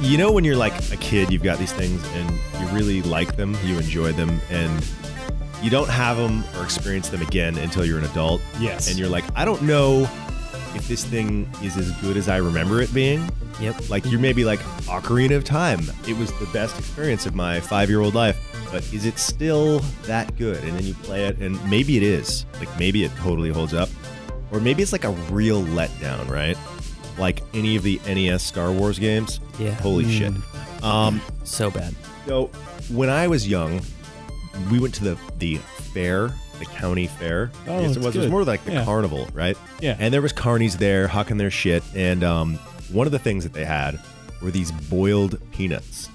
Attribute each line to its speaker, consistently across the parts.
Speaker 1: you know when you're like a kid, you've got these things and you really like them, you enjoy them, and you don't have them or experience them again until you're an adult.
Speaker 2: Yes.
Speaker 1: And you're like, I don't know if this thing is as good as I remember it being.
Speaker 3: Yep.
Speaker 1: Like you're maybe like Ocarina of Time. It was the best experience of my five year old life, but is it still that good? And then you play it, and maybe it is. Like maybe it totally holds up, or maybe it's like a real letdown, right? Like any of the NES Star Wars games.
Speaker 3: Yeah.
Speaker 1: Holy shit. Um,
Speaker 3: So bad.
Speaker 1: so when I was young, we went to the the fair, the county fair.
Speaker 2: Oh,
Speaker 1: Yes,
Speaker 2: that's
Speaker 1: it was. It was
Speaker 2: good.
Speaker 1: more like the
Speaker 2: Yeah.
Speaker 1: carnival, right?
Speaker 2: Yeah.
Speaker 1: And there was carnies there hawking their shit, and um, one of the things that they had were these boiled peanuts,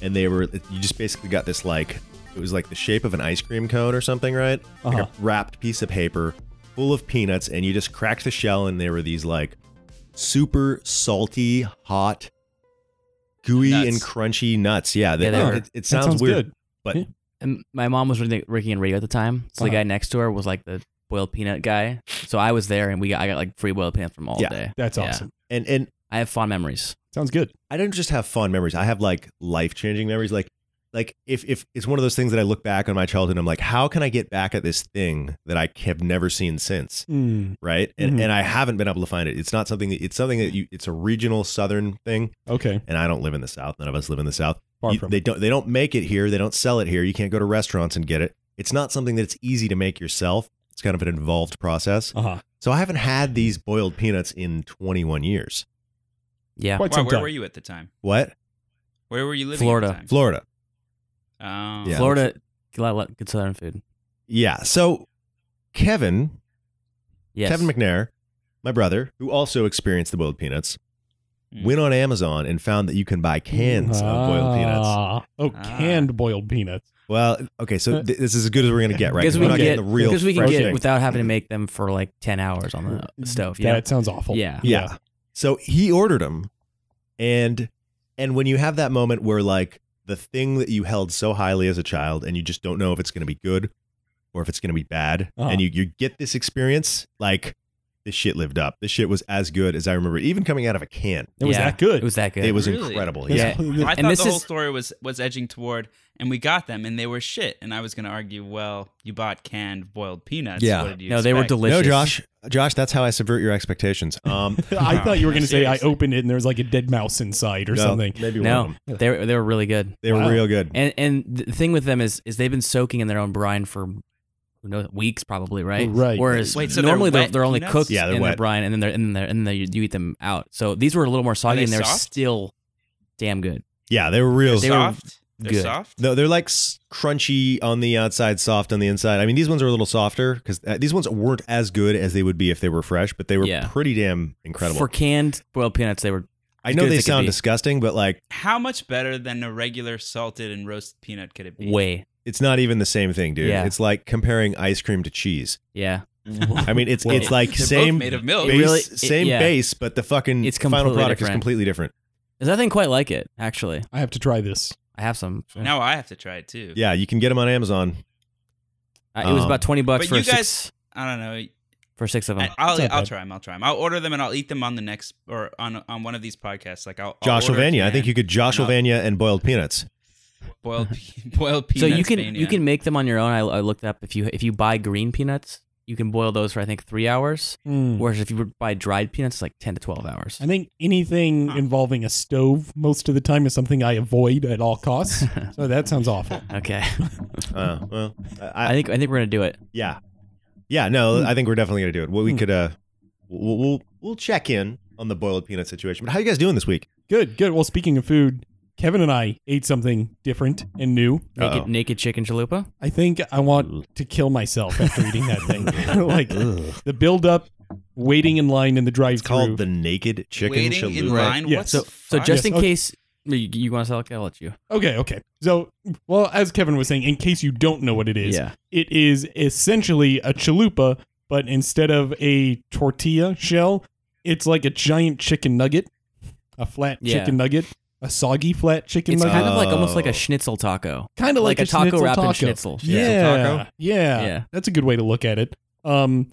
Speaker 1: and they were you just basically got this like it was like the shape of an ice cream cone or something, right? Like
Speaker 2: Uh-huh.
Speaker 1: a wrapped piece of paper full of peanuts, and you just cracked the shell, and there were these like super salty, hot, gooey
Speaker 4: Nuts.
Speaker 1: and crunchy nuts. Yeah,
Speaker 3: Yeah, they
Speaker 1: it-
Speaker 3: are.
Speaker 1: It, it
Speaker 2: That
Speaker 1: sounds, weird.
Speaker 2: good.
Speaker 3: And my mom was working working in radio at the time, so the
Speaker 2: Uh-huh.
Speaker 3: guy next to her was like the boiled peanut guy. So I was there, and we got, I got like free boiled peanuts from all
Speaker 1: Yeah.
Speaker 3: day.
Speaker 2: That's
Speaker 3: Yeah.
Speaker 2: awesome.
Speaker 1: And and
Speaker 3: I have fond memories.
Speaker 2: Sounds good.
Speaker 1: I don't just have fond memories. I have like life changing memories. Like like if if it's one of those things that I look back on my childhood, and I'm like, how can I get back at this thing that I have never seen since?
Speaker 2: Mm,
Speaker 1: Right? And
Speaker 2: Mhm.
Speaker 1: and I haven't been able to find it. It's not something. That, it's something that you. It's a regional southern thing,
Speaker 2: okay.
Speaker 1: and I don't live in the south. None of us live in the south.
Speaker 2: Far
Speaker 1: You-
Speaker 2: from
Speaker 1: they don't they don't make it here. They don't sell it here. You can't go to restaurants and get it. It's not something that's easy to make yourself. It's kind of an involved process.
Speaker 2: Uh huh.
Speaker 1: So I haven't had these boiled peanuts in 21 years.
Speaker 3: Yeah.
Speaker 2: Quite
Speaker 4: Wow,
Speaker 2: some
Speaker 4: where
Speaker 2: time.
Speaker 4: were you at the time?
Speaker 1: What?
Speaker 4: Where were you living?
Speaker 3: Florida.
Speaker 4: At the time?
Speaker 1: Florida.
Speaker 4: Oh.
Speaker 1: Yeah.
Speaker 3: Florida, a lot, lot good Southern food.
Speaker 1: Yeah. So Kevin,
Speaker 3: Yes.
Speaker 1: Kevin McNair, my brother, who also experienced the boiled peanuts,
Speaker 4: Mm.
Speaker 1: went on Amazon and found that you can buy cans of boiled peanuts.
Speaker 2: Ah. Oh,
Speaker 4: Ah.
Speaker 2: canned boiled peanuts.
Speaker 1: Well, okay, so th- this is as good as we're gonna get, right?
Speaker 3: Because
Speaker 1: we're
Speaker 3: Uh, we
Speaker 1: not
Speaker 3: can
Speaker 1: getting
Speaker 3: get
Speaker 1: the real
Speaker 3: because we can
Speaker 1: fresh Mm-hmm.
Speaker 3: get
Speaker 1: thing.
Speaker 3: without having to make them for like ten hours on the stove. You know?
Speaker 2: That sounds awful.
Speaker 3: Yeah.
Speaker 1: yeah. So he ordered them, and and when you have that moment where like the thing that you held so highly as a child, and you just don't know if it's going to be good or if it's going to be bad,
Speaker 2: Uh-huh.
Speaker 1: and you you get this experience, like this shit lived up. This shit was as good as I remember, it, even coming out of a can.
Speaker 2: It was
Speaker 3: Yeah.
Speaker 2: that good.
Speaker 3: It was that good.
Speaker 1: It was
Speaker 4: Really?
Speaker 1: incredible.
Speaker 2: That's-
Speaker 1: Yeah.
Speaker 4: Well, I
Speaker 3: And
Speaker 4: thought
Speaker 3: this
Speaker 4: the whole
Speaker 3: is-
Speaker 4: story was was edging toward, and we got them, and they were shit. And I was going to argue, well, you bought canned boiled peanuts.
Speaker 1: Yeah.
Speaker 4: What did you
Speaker 3: no, they were
Speaker 4: expect?
Speaker 3: delicious.
Speaker 1: No, Josh, Josh, that's how I subvert your expectations. Um,
Speaker 2: I thought you were going to say I
Speaker 4: Seriously.
Speaker 2: opened it and there was like a dead mouse inside or
Speaker 1: no,
Speaker 2: something.
Speaker 1: Maybe one of
Speaker 3: No,
Speaker 1: them.
Speaker 3: they were, they were really good.
Speaker 1: They were
Speaker 2: Wow.
Speaker 1: real good.
Speaker 3: And and the thing with them is is they've been soaking in their own brine for who knows weeks probably right.
Speaker 2: Right.
Speaker 3: Whereas
Speaker 4: Wait, so they're
Speaker 3: normally they're,
Speaker 4: wet
Speaker 3: they're only
Speaker 4: peanuts?
Speaker 3: cooked
Speaker 1: Yeah, they're
Speaker 3: in
Speaker 1: wet.
Speaker 3: their brine and then they're in there and then you, you eat them out. So these were a little more soggy
Speaker 4: they
Speaker 3: and they're
Speaker 4: soft?
Speaker 3: still damn good.
Speaker 1: yeah, they were real.
Speaker 4: They're
Speaker 3: They were
Speaker 4: soft. They're
Speaker 3: good.
Speaker 4: soft.
Speaker 1: No, they're like s- crunchy on the outside, soft on the inside. I mean, these ones are a little softer because uh, these ones weren't as good as they would be if they were fresh, but they were
Speaker 3: Yeah.
Speaker 1: pretty damn incredible.
Speaker 3: For canned boiled peanuts, they were
Speaker 1: I
Speaker 3: as
Speaker 1: know
Speaker 3: good as
Speaker 1: they
Speaker 3: it could
Speaker 1: sound
Speaker 3: be.
Speaker 1: disgusting, but like
Speaker 4: How much better than a regular salted and roasted peanut could it be?
Speaker 3: way
Speaker 1: it's not even the same thing, dude.
Speaker 3: Yeah.
Speaker 1: It's like comparing ice cream to cheese.
Speaker 3: yeah.
Speaker 1: I mean, it's
Speaker 2: Whoa.
Speaker 1: it's like
Speaker 4: They're
Speaker 1: same
Speaker 4: both made of milk.
Speaker 1: base,
Speaker 3: really- it-
Speaker 1: same
Speaker 3: yeah.
Speaker 1: base, but the fucking
Speaker 3: It's
Speaker 1: final
Speaker 3: completely
Speaker 1: product is
Speaker 3: different.
Speaker 1: completely different.
Speaker 3: There's nothing quite like it actually.
Speaker 2: I have to try this.
Speaker 3: I have some.
Speaker 4: Now I have to try it too.
Speaker 1: Yeah, you can get them on Amazon.
Speaker 3: Uh, it was
Speaker 1: Um,
Speaker 3: about twenty bucks
Speaker 4: but
Speaker 3: for
Speaker 4: you guys-
Speaker 3: six
Speaker 4: I don't know.
Speaker 3: for six of them.
Speaker 4: I, I'll
Speaker 2: It's not
Speaker 4: I'll
Speaker 2: bad.
Speaker 4: try them. I'll try them. I'll order them and I'll eat them on the next or on on one of these podcasts. Like I'll I'll
Speaker 1: Josh
Speaker 4: order a
Speaker 1: Ovania. I think
Speaker 4: can,
Speaker 1: you could Josh
Speaker 4: and I'll-
Speaker 1: Ovania and boiled peanuts.
Speaker 4: boiled pe- boiled
Speaker 3: so
Speaker 4: peanuts.
Speaker 3: you can
Speaker 4: mania.
Speaker 3: you can make them on your own. I, I looked up if you if you buy green peanuts, you can boil those for I think three hours. Whereas if you would buy dried peanuts, it's like ten to twelve hours.
Speaker 2: Mm. Hmm. I think anything
Speaker 4: Huh.
Speaker 2: involving a stove most of the time is something I avoid at all costs. so that sounds awful.
Speaker 3: Okay,
Speaker 1: Uh, well, I,
Speaker 3: I think I think we're gonna do it.
Speaker 1: Yeah, yeah. No,
Speaker 2: Hmm.
Speaker 1: I think we're definitely gonna do it. Well, we
Speaker 2: Hmm.
Speaker 1: could uh, we'll, we'll we'll check in on the boiled peanut situation. But how you guys doing this week?
Speaker 2: Good, good. Well, speaking of food, Kevin and I ate something different and new.
Speaker 1: Uh-oh.
Speaker 3: Naked, naked chicken chalupa.
Speaker 2: I think I want to kill myself after eating that thing. like the build up, waiting in line in the drive
Speaker 1: It's called
Speaker 2: through.
Speaker 1: the naked chicken
Speaker 4: waiting in
Speaker 1: chalupa.
Speaker 4: line.
Speaker 2: Yeah.
Speaker 4: What's
Speaker 3: So so
Speaker 4: fuck?
Speaker 3: just
Speaker 2: Yes,
Speaker 3: in
Speaker 2: okay.
Speaker 3: case you, you want to sell it, I'll let you.
Speaker 2: okay, okay. So, well, as Kevin was saying, in case you don't know what it is,
Speaker 3: Yeah,
Speaker 2: it is essentially a chalupa, but instead of a tortilla shell, it's like a giant chicken nugget, a flat
Speaker 3: Yeah.
Speaker 2: chicken nugget, a soggy flat chicken
Speaker 3: it's
Speaker 2: nugget,
Speaker 3: kind of like almost like
Speaker 1: Oh.
Speaker 3: a schnitzel taco,
Speaker 2: kind of
Speaker 3: like, a, taco
Speaker 2: schnitzel
Speaker 3: wrapped in
Speaker 2: taco.
Speaker 3: schnitzel.
Speaker 2: Yeah,
Speaker 1: taco?
Speaker 2: yeah,
Speaker 3: Yeah.
Speaker 2: that's a good way to look at it. Um,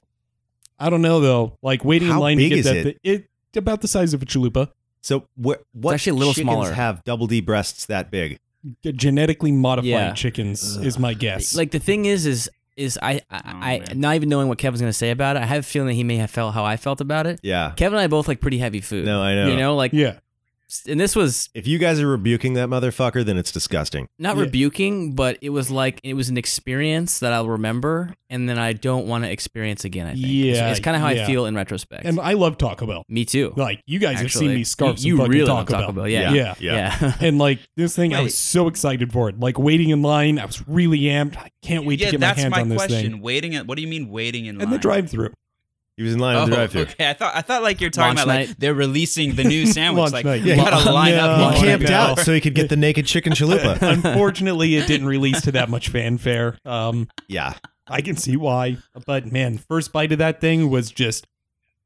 Speaker 2: I don't know though. Like waiting
Speaker 1: How
Speaker 2: in line
Speaker 1: big
Speaker 2: to get
Speaker 1: is
Speaker 2: that.
Speaker 1: it?
Speaker 2: thi- it about the size of a chalupa.
Speaker 1: So wh- what
Speaker 3: actually a little
Speaker 1: chickens
Speaker 3: smaller.
Speaker 1: have double D breasts that big?
Speaker 2: G- Genetically modified
Speaker 3: Yeah.
Speaker 2: chickens is my guess.
Speaker 3: Like the thing is, is is I I,
Speaker 4: Oh,
Speaker 3: I
Speaker 4: man.
Speaker 3: not even knowing what Kevin's gonna say about it. I have a feeling that he may have felt how I felt about it.
Speaker 1: Yeah.
Speaker 3: Kevin and I both like pretty heavy food.
Speaker 1: No, I know.
Speaker 3: You know, like,
Speaker 2: yeah.
Speaker 3: and this was
Speaker 1: If you guys are rebuking that motherfucker, then it's disgusting.
Speaker 3: not
Speaker 2: Yeah.
Speaker 3: rebuking, but it was like it was an experience that I'll remember, and then I don't want to experience again. I think. It's-
Speaker 2: Yeah,
Speaker 3: it's, kind of how
Speaker 2: yeah.
Speaker 3: I feel in retrospect.
Speaker 2: And I love Taco Bell.
Speaker 3: Me too.
Speaker 2: Like you guys have seen
Speaker 3: Actually,
Speaker 2: me scarf
Speaker 3: you, you
Speaker 2: some fucking
Speaker 3: really love
Speaker 2: Taco,
Speaker 3: Taco
Speaker 2: Bell.
Speaker 3: Bell.
Speaker 1: Yeah.
Speaker 3: Yeah,
Speaker 2: Yeah.
Speaker 3: yeah.
Speaker 2: And like this thing, I
Speaker 4: Wait.
Speaker 2: was so excited for it. Like waiting in line, I was really amped. I can't wait
Speaker 4: yeah,
Speaker 2: to get my
Speaker 4: that's
Speaker 2: hands
Speaker 4: my
Speaker 2: on this
Speaker 4: question.
Speaker 2: thing.
Speaker 4: Waiting at what do you mean waiting in line?
Speaker 2: And the drive-through.
Speaker 1: He was in line
Speaker 4: Oh,
Speaker 1: at the drive-thru.
Speaker 4: okay. I thought I thought like you're talking
Speaker 3: Lunch
Speaker 4: about like
Speaker 3: night.
Speaker 4: they're releasing the new sandwich.
Speaker 2: Lunch
Speaker 4: like
Speaker 2: night.
Speaker 4: you
Speaker 1: Yeah.
Speaker 4: gotta line
Speaker 2: No.
Speaker 4: up.
Speaker 2: Oh,
Speaker 1: He
Speaker 4: you wanna
Speaker 1: camped
Speaker 4: go.
Speaker 1: out so he could get the naked chicken chalupa.
Speaker 2: Unfortunately, it didn't release to that much fanfare. Um,
Speaker 1: yeah.
Speaker 2: I can see why. But man, first bite of that thing was just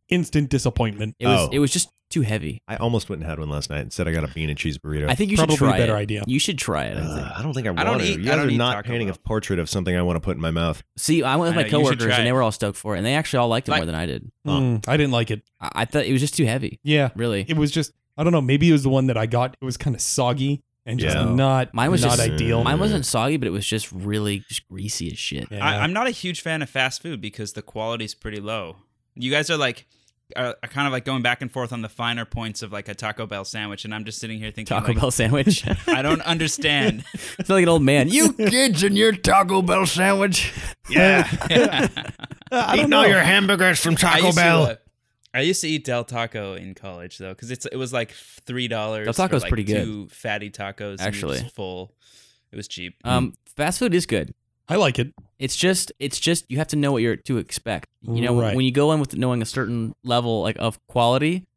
Speaker 2: instant disappointment.
Speaker 3: It was
Speaker 1: Oh.
Speaker 3: it was just too heavy.
Speaker 1: I almost went and had one last night. Instead, I got a bean and cheese burrito.
Speaker 3: I think you
Speaker 2: Probably
Speaker 3: should try
Speaker 2: a better
Speaker 3: it.
Speaker 2: idea.
Speaker 3: You should try it. I think.
Speaker 1: Ugh, I don't think I want
Speaker 4: I don't
Speaker 1: to.
Speaker 4: eat-
Speaker 1: you
Speaker 4: I
Speaker 1: guys
Speaker 4: don't
Speaker 1: are
Speaker 4: eat
Speaker 1: not
Speaker 4: Taco
Speaker 1: painting
Speaker 4: Bell.
Speaker 1: a portrait of something I want to put in my mouth.
Speaker 3: See, I went with
Speaker 4: I
Speaker 3: my
Speaker 4: know, you should
Speaker 3: coworkers,
Speaker 4: try
Speaker 3: and
Speaker 4: it.
Speaker 3: they were all stoked for it, and they actually all liked it
Speaker 4: Like-
Speaker 3: more than I did.
Speaker 1: Huh.
Speaker 2: Mm, I didn't like it.
Speaker 3: I, I thought it was just too heavy.
Speaker 2: Yeah,
Speaker 3: Really,
Speaker 2: it was just I don't know. Maybe it was the one that I got. It was kind of soggy and just
Speaker 1: Yeah.
Speaker 2: not
Speaker 3: Mine was
Speaker 2: not
Speaker 3: just-
Speaker 2: ideal.
Speaker 1: Mine-
Speaker 3: mine wasn't soggy, but it was just really just greasy as shit.
Speaker 2: Yeah.
Speaker 4: I, I'm not a huge fan of fast food because the quality's pretty low. You guys are like are, are kind of like going back and forth on the finer points of like a Taco Bell sandwich, and I'm just sitting here thinking
Speaker 3: Taco
Speaker 4: like,
Speaker 3: Bell sandwich.
Speaker 4: I don't understand.
Speaker 3: It's like an old man. You kids and your Taco Bell sandwich.
Speaker 1: Yeah.
Speaker 2: I don't know.
Speaker 1: hamburgers from
Speaker 4: I used To, uh, I used to eat Del Taco in college though, because it's it was like three dollars.
Speaker 3: Del Taco's
Speaker 4: like
Speaker 3: pretty good.
Speaker 4: Two fatty tacos, and you're
Speaker 3: Actually.
Speaker 4: just full. It was cheap.
Speaker 3: Um, fast food is good.
Speaker 2: I like it.
Speaker 3: It's just, it's just you have to know what you're to expect. You know,
Speaker 2: Right.
Speaker 3: when you go in with knowing a certain level like of quality,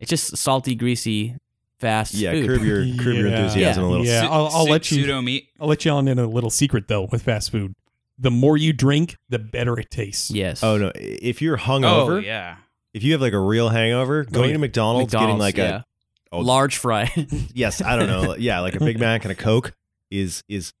Speaker 3: it's just salty, greasy, fast
Speaker 1: Yeah,
Speaker 3: food.
Speaker 1: curb your curb your
Speaker 2: Yeah.
Speaker 1: enthusiasm a little.
Speaker 2: Yeah, I'll- I'll let you-
Speaker 4: pseudo meat.
Speaker 2: I'll let you on in a little secret though with fast food. The more you drink, the better it tastes.
Speaker 3: Yes.
Speaker 1: Oh no! If you're hungover,
Speaker 4: Oh yeah,
Speaker 1: if you have like a real hangover, going
Speaker 2: yeah.
Speaker 1: to McDonald's, getting like
Speaker 3: yeah.
Speaker 1: a oh,
Speaker 3: large fry.
Speaker 1: yes, I don't know, yeah, like a Big Mac and a Coke is is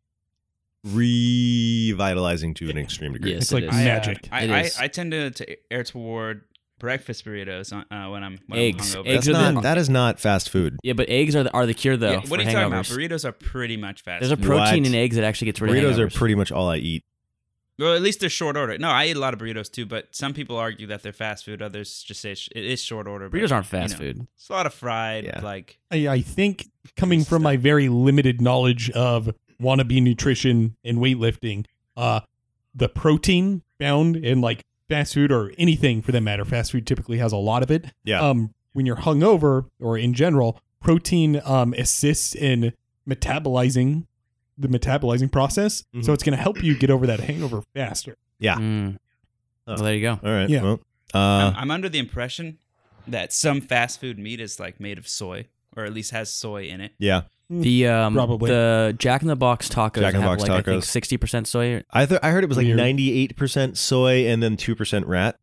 Speaker 1: revitalizing to an extreme degree.
Speaker 3: Yes.
Speaker 2: It's
Speaker 3: it
Speaker 2: like
Speaker 3: is.
Speaker 4: I, uh,
Speaker 2: magic.
Speaker 4: I,
Speaker 3: It
Speaker 4: I,
Speaker 3: is.
Speaker 4: I tend to, to err toward breakfast burritos on, uh, when I'm when
Speaker 3: Eggs.
Speaker 4: I'm hungover.
Speaker 1: That's
Speaker 3: Eggs are
Speaker 1: not,
Speaker 3: the-
Speaker 1: that is not fast food.
Speaker 3: yeah, but eggs are the, are the cure though.
Speaker 4: Yeah, what
Speaker 3: for
Speaker 4: are you talking about?
Speaker 3: hangovers.
Speaker 4: Burritos are pretty much fast.
Speaker 3: There's a
Speaker 4: food.
Speaker 3: protein
Speaker 1: What?
Speaker 3: in eggs that actually gets rid of
Speaker 1: Burritos are
Speaker 3: hangovers.
Speaker 1: pretty much all I eat.
Speaker 4: well, at least they're short order. No, I eat a lot of burritos too, but some people argue that they're fast food. Others just say sh- it is short order. but,
Speaker 3: Burritos aren't
Speaker 4: you
Speaker 3: fast
Speaker 4: know,
Speaker 3: food.
Speaker 4: It's a lot of fried,
Speaker 1: Yeah.
Speaker 4: like
Speaker 2: I, I think coming from my very limited knowledge of wannabe nutrition and weightlifting, uh, the protein found in like fast food or anything for that matter, fast food typically has a lot of it.
Speaker 1: Yeah.
Speaker 2: Um, when you're hungover or in general, protein um assists in metabolizing the metabolizing process,
Speaker 1: Mhm.
Speaker 2: so it's going to help you get over that hangover faster.
Speaker 1: Yeah.
Speaker 3: Mm.
Speaker 1: Oh.
Speaker 3: Well, there you go.
Speaker 1: all right.
Speaker 2: yeah.
Speaker 1: Well,
Speaker 4: I'm-
Speaker 1: uh,
Speaker 4: I'm under the impression that some fast food meat is like made of soy, or at least has soy in it.
Speaker 1: yeah.
Speaker 3: The um,
Speaker 2: Probably.
Speaker 3: the Jack in the Box tacos
Speaker 1: Jack in the
Speaker 3: have
Speaker 1: Box
Speaker 3: like I think
Speaker 1: tacos.
Speaker 3: sixty percent soy.
Speaker 1: I th- I heard it was like
Speaker 2: Weird.
Speaker 1: ninety eight percent soy and then two percent rat.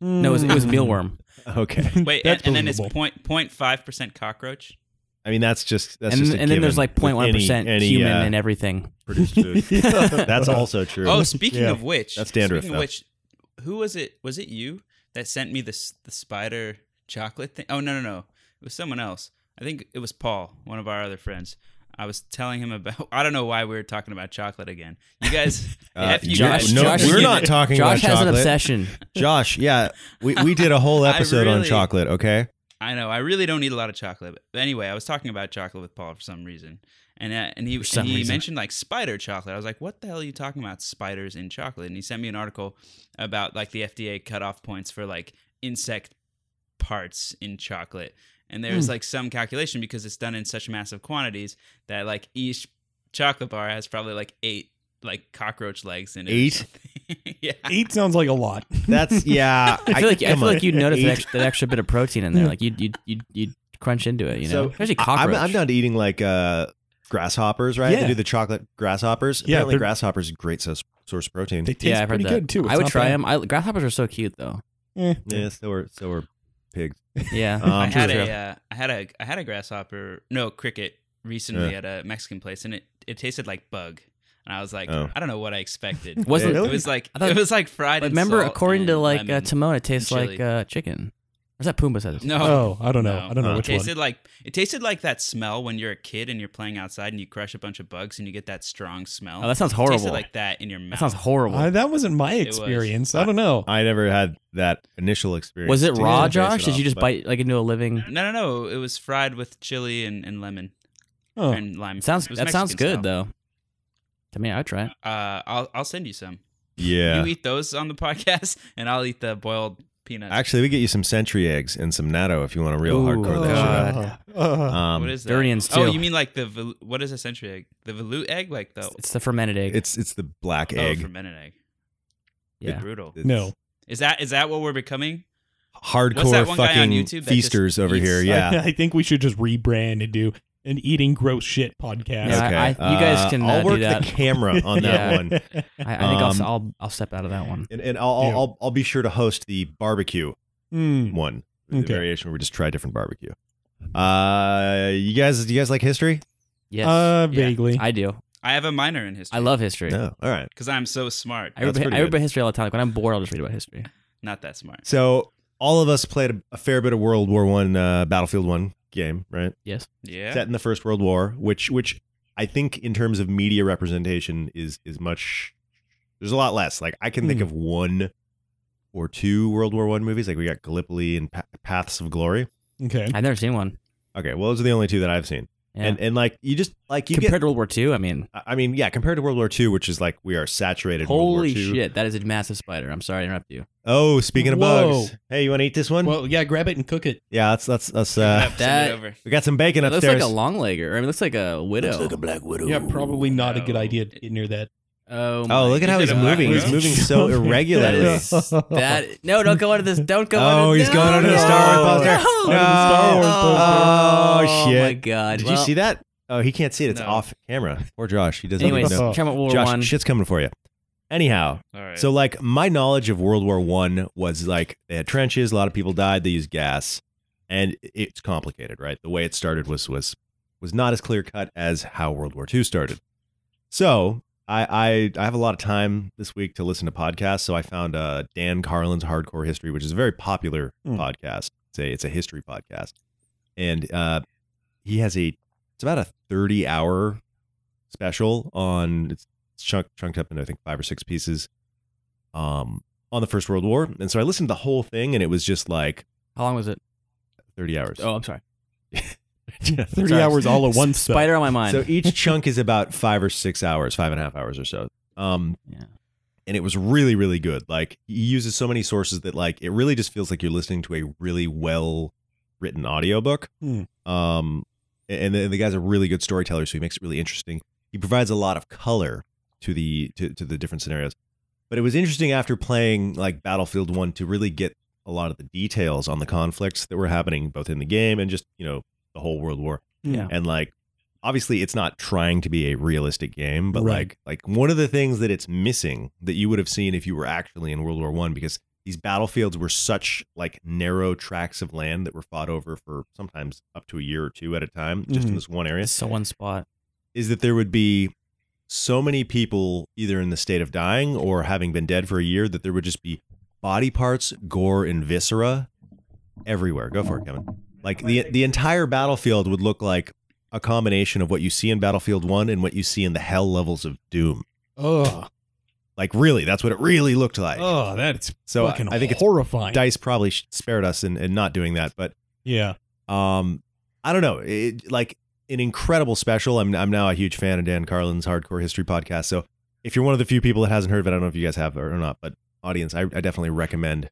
Speaker 3: No, it was, it
Speaker 1: Mm.
Speaker 3: was mealworm.
Speaker 1: Okay.
Speaker 4: Wait, and,
Speaker 2: Mm. That's
Speaker 4: and then it's
Speaker 2: believable.
Speaker 4: point point five percent cockroach.
Speaker 1: I mean that's just that's
Speaker 3: and
Speaker 1: just a
Speaker 3: and then there's
Speaker 1: given
Speaker 3: like
Speaker 1: with
Speaker 3: 0.1 percent
Speaker 1: any, any,
Speaker 3: human
Speaker 1: uh,
Speaker 3: and everything.
Speaker 1: produced food. that's also true.
Speaker 4: Oh, speaking
Speaker 2: Yeah.
Speaker 4: of which,
Speaker 1: That's dandruff,
Speaker 4: Speaking
Speaker 1: though.
Speaker 4: of which, who was it? Was it you that sent me this the spider chocolate thing? Oh no no no, it was someone else. I think it was Paul, one of our other friends. I was telling him about. I don't know why we were talking about chocolate again. You guys,
Speaker 1: Uh,
Speaker 4: F you
Speaker 1: no-
Speaker 4: guys.
Speaker 1: no,
Speaker 3: Josh-
Speaker 1: we're not talking about
Speaker 3: Josh has
Speaker 1: chocolate.
Speaker 3: an obsession.
Speaker 1: Josh, yeah, we, we did a whole
Speaker 4: I
Speaker 1: episode on
Speaker 4: really-
Speaker 1: chocolate. Okay,
Speaker 4: I know. I really don't eat a lot of chocolate. But anyway, I was talking about chocolate with Paul for some reason, and uh, and he
Speaker 3: For some
Speaker 4: and he
Speaker 3: reason.
Speaker 4: mentioned like spider chocolate. I was like, "What the hell are you talking about? Spiders in chocolate?" And he sent me an article about like the FDA cutoff points for like insect parts in chocolate, and there
Speaker 3: Hmm.
Speaker 4: was like some calculation because it's done in such massive quantities that like each chocolate bar has probably like eight like cockroach legs in it. or
Speaker 1: Eight?
Speaker 4: something. yeah.
Speaker 2: Eight sounds like a lot.
Speaker 1: that's yeah.
Speaker 3: I feel like I
Speaker 1: come
Speaker 3: feel
Speaker 1: on.
Speaker 3: like you'd notice
Speaker 1: Eight.
Speaker 3: that extra, that extra bit of protein in there. Like you'd you'd you'd, you'd crunch into it. You know,
Speaker 1: So,
Speaker 3: especially
Speaker 1: I- I'm,
Speaker 3: cockroach.
Speaker 1: I'm down to eating like uh, grasshoppers, right? They
Speaker 2: Yeah.
Speaker 1: do the chocolate grasshoppers.
Speaker 2: Yeah,
Speaker 1: Apparently,
Speaker 2: they're-
Speaker 1: grasshoppers are great source, source of protein.
Speaker 2: They taste
Speaker 3: yeah, I've heard
Speaker 2: pretty
Speaker 3: that.
Speaker 2: good too. It's
Speaker 3: I would
Speaker 2: not
Speaker 3: try
Speaker 2: bad.
Speaker 3: them. I, grasshoppers are so cute though.
Speaker 2: Eh.
Speaker 1: yeah, so are so are pigs.
Speaker 3: Yeah,
Speaker 1: Um,
Speaker 4: I
Speaker 1: True,
Speaker 4: had
Speaker 1: true.
Speaker 4: a, uh, I had a, I had a grasshopper, no cricket, recently at a Mexican place, and it, it tasted like bug, and I was like,
Speaker 1: Oh.
Speaker 4: I don't know what I expected.
Speaker 3: Wasn't-
Speaker 4: it
Speaker 1: Really?
Speaker 4: was like
Speaker 3: I thought-
Speaker 4: it was like fried.
Speaker 3: but
Speaker 4: in
Speaker 3: remember,
Speaker 4: salt
Speaker 3: according to
Speaker 4: and
Speaker 3: like
Speaker 4: lemon.
Speaker 3: uh, Timon, it tastes
Speaker 4: chili.
Speaker 3: like uh, chicken. Or is that Pumbaa says?
Speaker 4: No.
Speaker 2: Oh, I don't know.
Speaker 4: No.
Speaker 2: I don't
Speaker 1: Uh,
Speaker 2: know
Speaker 4: It
Speaker 2: which
Speaker 4: tasted
Speaker 2: one.
Speaker 4: like it tasted like that smell when you're a kid and you're playing outside and you crush a bunch of bugs and you get that strong smell.
Speaker 3: Oh, that sounds
Speaker 4: It
Speaker 3: horrible.
Speaker 4: tasted like that in your mouth.
Speaker 3: that sounds horrible.
Speaker 2: Uh, that wasn't my
Speaker 4: was.
Speaker 2: experience. I don't
Speaker 4: uh,
Speaker 2: know.
Speaker 1: I never had that initial experience.
Speaker 3: was it
Speaker 1: to
Speaker 3: raw,
Speaker 1: taste
Speaker 3: Josh?
Speaker 1: it
Speaker 3: Did
Speaker 1: off,
Speaker 3: you just
Speaker 1: but
Speaker 3: bite like into a living?
Speaker 4: no, no, no. It was fried with chili and, and lemon
Speaker 2: Huh.
Speaker 4: and lime.
Speaker 3: It sounds
Speaker 4: It was
Speaker 3: that sounds
Speaker 4: Mexican
Speaker 3: good though. I mean, I'd try it.
Speaker 4: though. Uh, I'll I'll send you some.
Speaker 1: Yeah.
Speaker 4: You eat those on the podcast, and I'll eat the boiled peanuts.
Speaker 1: Actually, we get you some century eggs and some natto if you want to real
Speaker 3: Ooh,
Speaker 1: hardcore that
Speaker 3: God.
Speaker 1: shit
Speaker 2: Uh,
Speaker 1: up. Um,
Speaker 4: what is that?
Speaker 3: durians,
Speaker 4: Oh,
Speaker 3: too.
Speaker 4: you mean like the vel- what is a century egg? The volute egg, like the
Speaker 3: It's the fermented egg.
Speaker 1: It's it's the black
Speaker 4: oh,
Speaker 1: egg.
Speaker 4: fermented egg.
Speaker 3: yeah.
Speaker 4: Brutal.
Speaker 1: It's
Speaker 2: no.
Speaker 4: Is that is that what we're becoming? What's
Speaker 1: hardcore
Speaker 4: that one guy on
Speaker 1: fucking
Speaker 4: YouTube that just
Speaker 1: feasters over
Speaker 4: eats-
Speaker 1: here. Yeah.
Speaker 2: I, think we should just rebrand and do an eating gross shit podcast.
Speaker 3: Yeah, I- I- you guys can,
Speaker 1: I'll
Speaker 3: uh, do
Speaker 1: work
Speaker 3: that.
Speaker 1: the camera on that
Speaker 3: Yeah.
Speaker 1: one,
Speaker 3: I, I think I'll s-
Speaker 1: Um,
Speaker 3: I'll I'll step out of that one.
Speaker 1: and, and I'll, I'll,
Speaker 2: Yeah.
Speaker 1: I'll I'll be sure to host the barbecue
Speaker 2: Mm.
Speaker 1: one, the
Speaker 2: Okay.
Speaker 1: variation where we just try different barbecue. Uh, you guys, do you guys like history?
Speaker 3: Yes,
Speaker 2: Uh,
Speaker 4: Yeah.
Speaker 2: vaguely.
Speaker 3: I do.
Speaker 4: I have a minor in history.
Speaker 3: I love history.
Speaker 1: No. All right.
Speaker 4: because I'm so smart.
Speaker 3: I read,
Speaker 1: That's
Speaker 3: about-
Speaker 1: pretty
Speaker 3: I read
Speaker 1: good.
Speaker 3: about history all the time. Like, When I'm bored, I'll just read about history.
Speaker 4: Not that smart.
Speaker 1: So all of us played a, a fair bit of World War One, uh, Battlefield One game, right?
Speaker 3: Yes.
Speaker 4: Yeah.
Speaker 1: Set in the First World War, which which I think in terms of media representation is is much. There's a lot less. Like I can think
Speaker 2: Hmm.
Speaker 1: of one or two World War One movies. Like we got Gallipoli and pa- Paths of Glory.
Speaker 2: Okay.
Speaker 3: I've never seen one.
Speaker 1: Okay, well those are the only two that I've seen.
Speaker 3: Yeah.
Speaker 1: And and like you just like you
Speaker 3: Compared
Speaker 1: get.
Speaker 3: to World War II, I mean,
Speaker 1: I mean, yeah, compared to World War II, which is like we are saturated. in World War
Speaker 3: holy
Speaker 1: II.
Speaker 3: shit, that is a massive spider. I'm sorry to interrupt you.
Speaker 1: Oh, speaking of
Speaker 2: Whoa.
Speaker 1: bugs, hey, you want to eat this one?
Speaker 2: Well, yeah, grab it and cook it.
Speaker 1: yeah, that's that's that's.
Speaker 4: Send it
Speaker 1: Uh,
Speaker 4: up, send
Speaker 3: that-
Speaker 4: it over.
Speaker 1: we got some bacon
Speaker 3: It
Speaker 1: upstairs.
Speaker 3: looks like a long legger. I mean, it looks like a widow.
Speaker 1: black widow.
Speaker 2: Yeah, probably not a good
Speaker 4: no.
Speaker 2: idea to get near that.
Speaker 3: oh, my
Speaker 1: Oh, look at how he's
Speaker 4: Is it a black
Speaker 1: moving. He's
Speaker 4: widow?
Speaker 1: moving so
Speaker 3: That
Speaker 1: irregularly.
Speaker 3: is that. No, don't go into this. Don't go.
Speaker 1: Oh,
Speaker 3: into,
Speaker 1: he's going
Speaker 3: no,
Speaker 1: under the
Speaker 3: no,
Speaker 1: Star Wars
Speaker 3: no,
Speaker 1: poster.
Speaker 3: no.
Speaker 2: Under the Star Wars
Speaker 1: poster.
Speaker 3: Oh,
Speaker 1: Oh, shit.
Speaker 3: my god!
Speaker 1: Did you
Speaker 3: Well,
Speaker 1: see that? Oh, he can't see it. It's
Speaker 4: No.
Speaker 1: off camera. Or Josh. He doesn't
Speaker 3: Anyways,
Speaker 1: even know.
Speaker 2: Oh.
Speaker 3: Chairman World War
Speaker 1: Josh,
Speaker 3: One.
Speaker 1: shit's coming for you.
Speaker 3: Oh.
Speaker 1: Anyhow,
Speaker 4: All right.
Speaker 1: so like my knowledge of World War One was like they had trenches, a lot of people died, they used gas, and it's complicated, right? The way it started was was was not as clear cut as how World War Two started. So I, I I have a lot of time this week to listen to podcasts, so I found uh, Dan Carlin's Hardcore History, which is a very popular
Speaker 2: Hmm.
Speaker 1: podcast. It's a it's a history podcast, and uh, he has a it's about a thirty hour special on it's chunk, chunked up into I think five or six pieces, um, on the First World War, and so I listened to the whole thing, and it was just like
Speaker 3: How long was it?
Speaker 1: thirty hours.
Speaker 3: Oh, I'm sorry.
Speaker 2: 30 hours all at once. though.
Speaker 3: Spider on my mind.
Speaker 1: So each chunk is about five or six hours, five and a half hours or so. Um,
Speaker 3: Yeah.
Speaker 1: and it was really, really good. Like he uses so many sources that like it really just feels like you're listening to a really well written audiobook.
Speaker 2: Hmm.
Speaker 1: Um, and the, the guy's a really good storyteller, so he makes it really interesting. He provides a lot of color to the to, to the different scenarios. But it was interesting after playing like Battlefield One to really get a lot of the details on the conflicts that were happening both in the game and just you know the whole World War
Speaker 3: Yeah.
Speaker 1: and like obviously it's not trying to be a realistic game but
Speaker 2: Right.
Speaker 1: like like one of the things that it's missing that you would have seen if you were actually in world war one because these battlefields were such like narrow tracts of land that were fought over for sometimes up to a year or two at a time just in
Speaker 2: Mhm.
Speaker 1: this one area
Speaker 3: It's so one spot.
Speaker 1: is that there would be so many people either in the state of dying or having been dead for a year that there would just be body parts, gore, and viscera everywhere. Go for it, Kevin. Like the the entire battlefield would look like a combination of what you see in Battlefield One and what you see in the hell levels of Doom.
Speaker 2: Oh,
Speaker 1: Like really, that's what it really looked like.
Speaker 2: oh, that's
Speaker 1: so I,
Speaker 2: fucking
Speaker 1: I think it's
Speaker 2: horrifying.
Speaker 1: Dice probably sh- spared us in, in not doing that, but
Speaker 2: yeah.
Speaker 1: um, I don't know. It, like an incredible special. I'm I'm now a huge fan of Dan Carlin's Hardcore History podcast. So if you're one of the few people that hasn't heard of it, I don't know if you guys have or not, but audience, I, I definitely recommend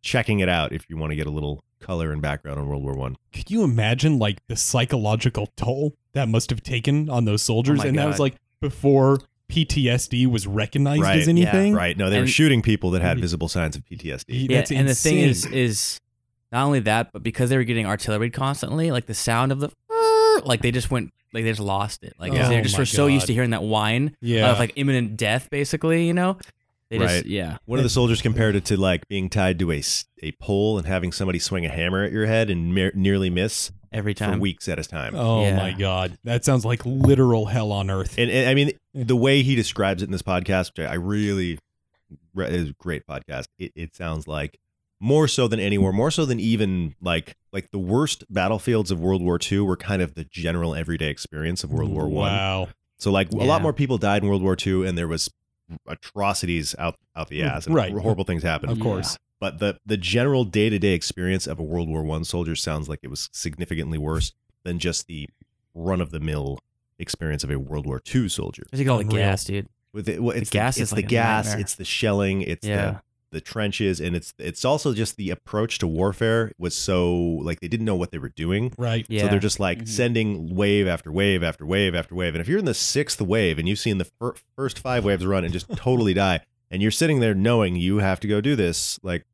Speaker 1: checking it out if you want to get a little color and background on World War One.
Speaker 2: Could you imagine like the psychological toll that must have taken on those soldiers?
Speaker 3: my
Speaker 2: and that was
Speaker 3: God.
Speaker 2: like before PTSD was recognized
Speaker 1: Right,
Speaker 2: as
Speaker 1: yeah,
Speaker 2: anything.
Speaker 1: Right? No, they were
Speaker 3: And- Mm-hmm.
Speaker 1: shooting people that had
Speaker 2: Yeah.
Speaker 1: visible signs of PTSD.
Speaker 2: He-
Speaker 3: Yeah,
Speaker 2: that's
Speaker 3: and the thing is,
Speaker 2: insane.
Speaker 3: is not only that, but because they were getting artillery constantly, like the sound of the, like they just went, like they just lost it. Like
Speaker 2: Oh
Speaker 3: they just
Speaker 2: my
Speaker 3: were so used
Speaker 2: God.
Speaker 3: to hearing that whine
Speaker 2: Yeah.
Speaker 3: of like imminent death, basically. You know, they just
Speaker 1: Right.
Speaker 3: yeah.
Speaker 1: One of the soldiers compared it to like being tied to a s- a pole and having somebody swing a hammer at your head and mer- nearly miss
Speaker 3: Every
Speaker 1: for
Speaker 3: time.
Speaker 1: weeks at a time.
Speaker 2: oh
Speaker 3: Yeah.
Speaker 2: my god, that sounds like literal hell on earth.
Speaker 1: And, and I mean, the way he describes it in this podcast, which I really re- is a great podcast. It, it sounds like more so than anywhere, more so than even like like the worst battlefields of World War II were kind of the general everyday experience of World War One.
Speaker 2: Wow.
Speaker 1: So like a
Speaker 3: Yeah.
Speaker 1: lot more people died in World War II, and there was atrocities out out the ass, and
Speaker 2: Right.
Speaker 1: Horrible things happened.
Speaker 2: Of course.
Speaker 1: But the the general day to day experience of a World War One soldier sounds like it was significantly worse than just the run of the mill experience of a World War II soldier.
Speaker 3: Just like all the
Speaker 2: Unreal.
Speaker 3: gas, dude.
Speaker 1: With it, well, it's
Speaker 3: gas
Speaker 1: the,
Speaker 3: is
Speaker 1: it's
Speaker 3: like
Speaker 1: the
Speaker 3: a
Speaker 1: gas,
Speaker 3: nightmare.
Speaker 1: it's the shelling, it's the
Speaker 3: Yeah.
Speaker 1: the trenches and it's it's also just the approach to warfare was so like they didn't know what they were doing
Speaker 2: Right.
Speaker 3: Yeah.
Speaker 1: so they're just like
Speaker 4: Mhm.
Speaker 1: sending wave after wave after wave after wave and if you're in the sixth wave and you've seen the fir- first five waves run and just totally die and you're sitting there knowing you have to go do this like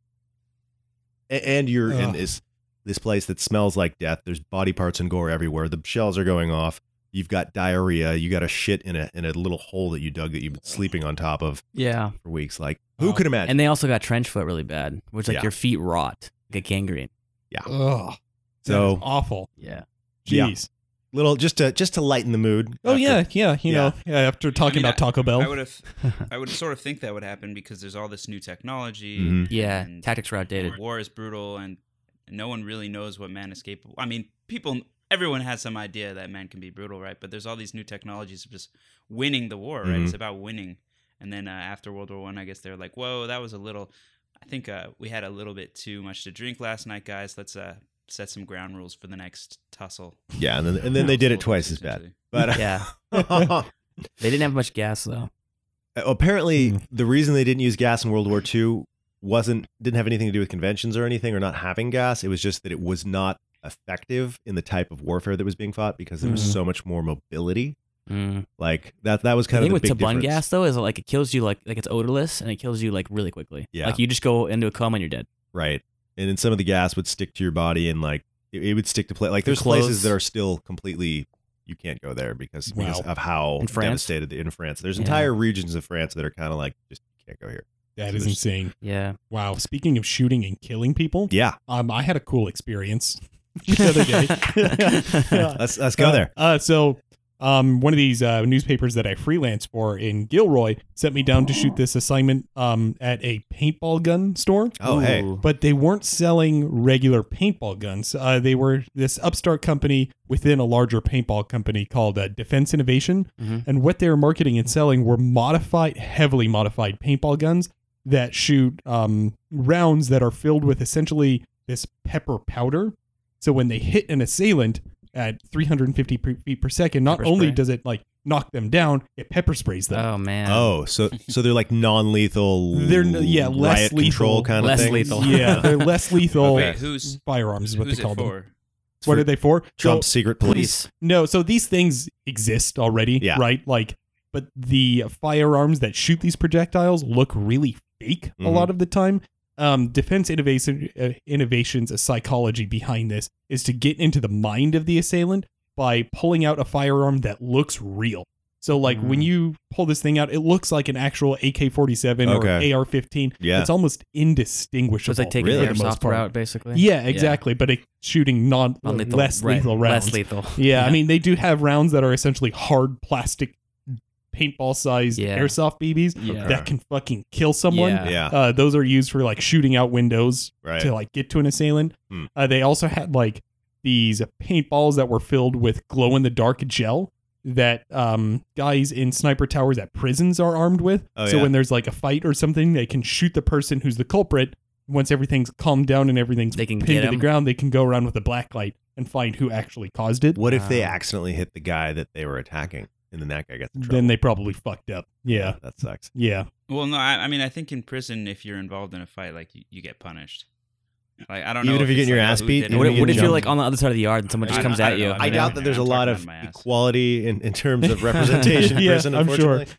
Speaker 1: a- and you're in
Speaker 2: Ugh.
Speaker 1: this this place that smells like death there's body parts and gore everywhere the shells are going off you've got diarrhea you got a shit in a in a little hole that you dug that you've been sleeping on top of
Speaker 3: yeah.
Speaker 1: for weeks like who
Speaker 2: Wow.
Speaker 1: could imagine
Speaker 3: And they also got trench foot really bad, which like
Speaker 1: Yeah.
Speaker 3: your feet rot, like a gangrene.
Speaker 2: Ugh. That
Speaker 1: So-
Speaker 2: is awful.
Speaker 3: Yeah.
Speaker 1: Yeah.
Speaker 2: Jeez.
Speaker 1: little just to just to lighten the mood.
Speaker 2: Oh
Speaker 1: after-
Speaker 2: yeah, yeah. You
Speaker 1: Yeah.
Speaker 2: know, yeah, after talking
Speaker 4: mean,
Speaker 2: about Taco Bell.
Speaker 4: I would have, I would sort of think that would happen because there's all this new technology.
Speaker 3: Mm-hmm.
Speaker 1: Mhm.
Speaker 3: Yeah.
Speaker 4: and
Speaker 3: Tactics were outdated.
Speaker 4: War is brutal, and no one really knows what man is capable. I mean, people, everyone has some idea that man can be brutal, right? But there's all these new technologies of just winning the war, right?
Speaker 1: Mm-hmm.
Speaker 4: It's about winning. And then uh, after World War One, I guess they're like, "Whoa, that was a little. I think uh, we had a little bit too much to drink last night, guys. Let's uh, set some ground rules for the next tussle."
Speaker 1: Yeah, and then and then they did it twice as bad.
Speaker 4: Essentially.
Speaker 1: But
Speaker 3: Yeah. They didn't have much gas though.
Speaker 1: Uh, apparently,
Speaker 2: Hmm.
Speaker 1: the reason they didn't use gas in World War II wasn't didn't have anything to do with conventions or anything or not having gas. It was just that it was not effective in the type of warfare that was being fought because there was
Speaker 3: Hmm.
Speaker 2: Mhm.
Speaker 1: so much more mobility.
Speaker 3: Mm.
Speaker 1: Like that that was
Speaker 3: The
Speaker 1: kind
Speaker 3: thing
Speaker 1: of
Speaker 3: with
Speaker 1: the big
Speaker 3: Tabun
Speaker 1: difference.
Speaker 3: gas though is like it kills you like like it's odorless and it kills you like really quickly.
Speaker 1: Yeah.
Speaker 3: Like you just go into a coma and you're dead.
Speaker 1: right? And then some of the gas would stick to your body and like it, it would stick to place. Like
Speaker 3: The
Speaker 1: there's places
Speaker 3: clothes.
Speaker 1: that are still completely you can't go there because, because
Speaker 2: Wow.
Speaker 1: of how
Speaker 3: In France?
Speaker 1: devastated the, in France. There's
Speaker 3: Yeah.
Speaker 1: entire regions of France that are kind of like just can't go here.
Speaker 2: that
Speaker 1: so
Speaker 2: is
Speaker 1: there's-
Speaker 2: insane.
Speaker 3: Yeah.
Speaker 2: Wow. Speaking of shooting and killing people,
Speaker 1: Yeah,
Speaker 2: um, I had a cool experience the other day. Yeah.
Speaker 1: let's let's go
Speaker 2: Uh,
Speaker 1: there.
Speaker 2: Uh, so, um, one of these uh, newspapers that I freelance for in Gilroy sent me down to shoot this assignment um, at a paintball gun store.
Speaker 1: Oh hey,
Speaker 3: Ooh.
Speaker 2: But they weren't selling regular paintball guns. Uh, they were this upstart company within a larger paintball company called uh, Defense Innovation.
Speaker 3: Mhm.
Speaker 2: And what they were marketing and selling were modified, heavily modified paintball guns that shoot um, rounds that are filled with essentially this pepper powder. So when they hit an assailant at 350 pe- feet per second, not
Speaker 3: Pepper
Speaker 2: only
Speaker 3: spray.
Speaker 2: does it like knock them down, it pepper sprays them.
Speaker 3: Oh man.
Speaker 1: oh so so they're like non-lethal.
Speaker 2: They're n- yeah, less
Speaker 1: riot control
Speaker 2: lethal.
Speaker 1: kind of
Speaker 3: Less
Speaker 1: thing.
Speaker 3: lethal.
Speaker 2: Yeah, they're less lethal
Speaker 1: Okay.
Speaker 4: Wait, who's
Speaker 2: firearms is what
Speaker 4: who's
Speaker 2: they
Speaker 4: it
Speaker 2: call them.
Speaker 4: for?
Speaker 2: What are they for?
Speaker 1: Trump's secret police.
Speaker 3: Police.
Speaker 2: No, so these things exist already,
Speaker 1: Yeah.
Speaker 2: right? Like, but the firearms that shoot these projectiles look really fake a
Speaker 1: Mhm.
Speaker 2: lot of the time. Um, defense innovation uh, innovations, a psychology behind this is to get into the mind of the assailant by pulling out a firearm that looks real. So, like when
Speaker 3: Mm.
Speaker 2: you pull this thing out, it looks like an actual AK-47
Speaker 1: Okay.
Speaker 2: or AR-15.
Speaker 1: Yeah,
Speaker 2: It's almost indistinguishable.
Speaker 3: So it's like taking
Speaker 1: Really?
Speaker 2: for
Speaker 3: the
Speaker 2: the most
Speaker 3: airsoft
Speaker 2: part.
Speaker 3: route basically.
Speaker 2: Yeah, exactly. But it's shooting non uh,
Speaker 3: Non-lethal,
Speaker 2: less
Speaker 3: right,
Speaker 2: lethal rounds.
Speaker 3: Less lethal.
Speaker 2: Yeah, I mean they do have rounds that are essentially hard plastic paintball sized
Speaker 3: Yeah.
Speaker 2: airsoft BBs
Speaker 3: Yeah.
Speaker 1: Okay.
Speaker 2: that can fucking kill someone.
Speaker 3: Yeah.
Speaker 1: yeah,
Speaker 2: Uh, those are used for like shooting out windows
Speaker 1: right.
Speaker 2: to like get to an assailant.
Speaker 1: Hmm.
Speaker 2: Uh, they also had like these paintballs that were filled with glow in the dark gel that um, guys in sniper towers at prisons are armed with.
Speaker 1: Oh,
Speaker 2: so
Speaker 1: yeah.
Speaker 2: when there's like a fight or something, they can shoot the person who's the culprit. Once everything's calmed down and everything's
Speaker 3: They can
Speaker 2: pinned
Speaker 3: get
Speaker 2: to the
Speaker 3: him.
Speaker 2: ground, they can go around with a black light and find who actually caused it.
Speaker 1: What if they
Speaker 3: Um,
Speaker 1: accidentally hit the guy that they were attacking, and then that guy gets in trouble?
Speaker 2: Then they probably fucked up. Yeah.
Speaker 1: that sucks.
Speaker 2: Yeah.
Speaker 4: Well, no, I, I mean, I think in prison, if you're involved in a fight, like you, you get punished. Like I don't know.
Speaker 1: Even if you're getting
Speaker 4: it's
Speaker 1: your
Speaker 4: like, oh,
Speaker 1: ass
Speaker 4: who
Speaker 1: beat,
Speaker 4: did
Speaker 1: you
Speaker 4: it?
Speaker 3: What,
Speaker 1: wouldn't
Speaker 3: what if
Speaker 1: get
Speaker 3: you're
Speaker 1: jumped.
Speaker 3: like on the other side of the yard and someone just
Speaker 4: I-
Speaker 3: comes
Speaker 4: I
Speaker 3: at
Speaker 4: don't
Speaker 3: you?
Speaker 4: know.
Speaker 1: I
Speaker 4: mean,
Speaker 1: doubt
Speaker 4: I'm-
Speaker 1: that there's a
Speaker 4: I'm
Speaker 1: lot
Speaker 4: talking
Speaker 1: of
Speaker 4: out of my ass.
Speaker 1: equality in, in terms of representation in
Speaker 2: Yeah,
Speaker 1: prison,
Speaker 2: I'm sure.
Speaker 1: unfortunately.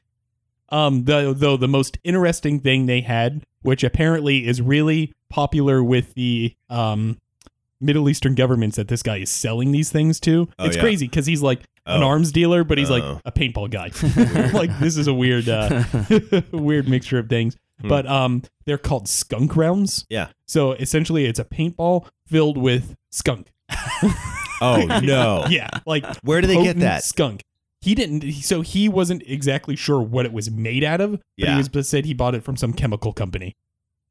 Speaker 2: Um, though, though the most interesting thing they had, which apparently is really popular with the um, Middle Eastern governments that this guy is selling these things to,
Speaker 1: Oh,
Speaker 2: it's
Speaker 1: yeah.
Speaker 2: crazy because he's like an
Speaker 1: Oh.
Speaker 2: arms dealer, but he's
Speaker 1: Oh.
Speaker 2: like a paintball guy. like this is a weird, uh, weird mixture of things.
Speaker 1: Hmm.
Speaker 2: But um, they're called skunk rounds.
Speaker 1: Yeah.
Speaker 2: So essentially, it's a paintball filled with skunk.
Speaker 1: Oh no!
Speaker 2: Yeah, like
Speaker 1: Where do they get
Speaker 2: potent
Speaker 1: that?
Speaker 2: skunk? He didn't. he- So he wasn't exactly sure what it was made out of. But
Speaker 1: Yeah.
Speaker 2: he was but said he bought it from some chemical company,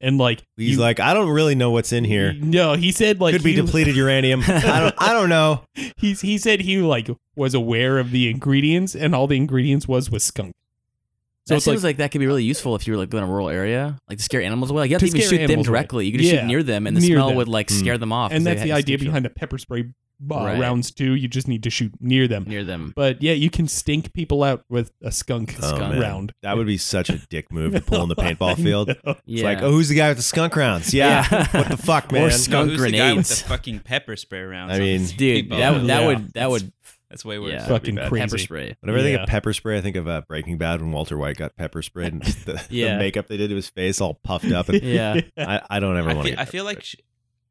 Speaker 2: and like
Speaker 1: He's
Speaker 2: you-
Speaker 1: like, I don't really know what's in here.
Speaker 2: No, he said like
Speaker 1: Could be
Speaker 2: he-
Speaker 1: depleted uranium. I don't. I don't know.
Speaker 2: He's he said he like was aware of the ingredients, and all the ingredients was was skunk. So
Speaker 3: So it
Speaker 2: it's like,
Speaker 3: seems like, that could be really useful if you were like in a rural area, like to scare animals away. Like you have
Speaker 2: To
Speaker 3: to, even
Speaker 2: scare
Speaker 3: shoot them
Speaker 2: animals away.
Speaker 3: directly. You could just
Speaker 2: Yeah.
Speaker 3: shoot near them, and the
Speaker 2: Near
Speaker 3: smell
Speaker 2: them. Hmm.
Speaker 3: would like
Speaker 1: Mm.
Speaker 3: scare them off. 'cause
Speaker 2: and
Speaker 3: they
Speaker 2: that's
Speaker 3: had
Speaker 2: the idea
Speaker 3: stink to
Speaker 2: behind the pepper spray uh,
Speaker 3: Right.
Speaker 2: rounds too. You just need to shoot near them.
Speaker 3: them. near them.
Speaker 2: But yeah, you can stink people out with a skunk
Speaker 1: Oh, man.
Speaker 2: round.
Speaker 1: That would be such a dick move to pull in the paintball field.
Speaker 2: No.
Speaker 3: Yeah.
Speaker 1: It's like, oh, who's the guy with the skunk rounds? Yeah.
Speaker 3: Yeah.
Speaker 1: what the fuck,
Speaker 3: Or
Speaker 1: man?
Speaker 3: skunk-
Speaker 4: Who's the guy with
Speaker 3: grenades.
Speaker 4: the fucking pepper spray rounds?
Speaker 1: I
Speaker 4: on
Speaker 1: mean-
Speaker 4: these
Speaker 3: Dude,
Speaker 4: people?
Speaker 3: that, that
Speaker 2: Yeah.
Speaker 3: would that would
Speaker 4: that's way worse.
Speaker 3: yeah.
Speaker 2: fucking
Speaker 1: bad.
Speaker 2: crazy.
Speaker 3: pepper spray.
Speaker 1: Whenever I think
Speaker 2: Yeah.
Speaker 1: of pepper spray, I think of uh, Breaking Bad when Walter White got pepper sprayed. And the, the
Speaker 3: Yeah.
Speaker 1: makeup they did to his face all puffed up. And
Speaker 3: Yeah.
Speaker 1: I, I don't ever
Speaker 4: I
Speaker 1: want
Speaker 4: feel,
Speaker 1: to.
Speaker 4: I feel like sh-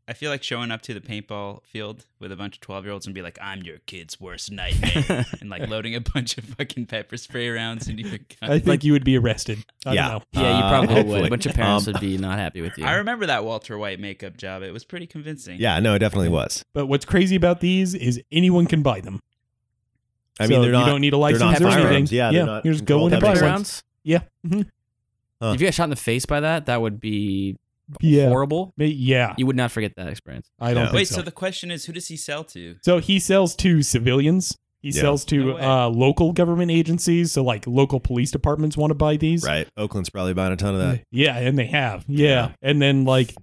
Speaker 4: I feel like showing up to the paintball field with a bunch of twelve year olds and be like, "I'm your kid's worst nightmare," and like loading a bunch of fucking pepper spray rounds into your
Speaker 2: I
Speaker 4: gun.
Speaker 2: think you would be arrested. I
Speaker 1: Yeah.
Speaker 2: don't know.
Speaker 3: Yeah, you
Speaker 1: Uh,
Speaker 3: probably would.
Speaker 1: hopefully.
Speaker 3: A bunch of parents
Speaker 1: Um,
Speaker 3: would be not happy with you.
Speaker 4: I remember that Walter White makeup job. It was pretty convincing.
Speaker 1: yeah, no, it definitely was.
Speaker 2: But what's crazy about these is anyone can buy them.
Speaker 1: I mean,
Speaker 2: So
Speaker 1: they're
Speaker 2: you
Speaker 1: not.
Speaker 2: don't need a
Speaker 1: they're
Speaker 2: license
Speaker 1: not
Speaker 2: or
Speaker 1: firearms.
Speaker 2: anything.
Speaker 1: Yeah, they're not
Speaker 2: you just go in
Speaker 1: controlled
Speaker 2: and buy
Speaker 3: pepper
Speaker 1: pepper
Speaker 2: one.
Speaker 3: rounds.
Speaker 2: Yeah, mhm.
Speaker 1: Huh.
Speaker 3: If you got shot in the face by that, that would be
Speaker 2: yeah,
Speaker 3: horrible.
Speaker 2: Ma- yeah.
Speaker 3: You would not forget that experience.
Speaker 2: I don't
Speaker 1: Yeah.
Speaker 2: think
Speaker 4: Wait,
Speaker 2: so.
Speaker 4: so. the question is, who does he sell to?
Speaker 2: So he sells to civilians. He
Speaker 1: Yeah.
Speaker 2: sells to
Speaker 4: No way.
Speaker 2: uh, local government agencies. So like local police departments want to buy these.
Speaker 1: Right. Oakland's probably buying a ton of that.
Speaker 2: Yeah, and they have. Yeah.
Speaker 1: Yeah.
Speaker 2: And then like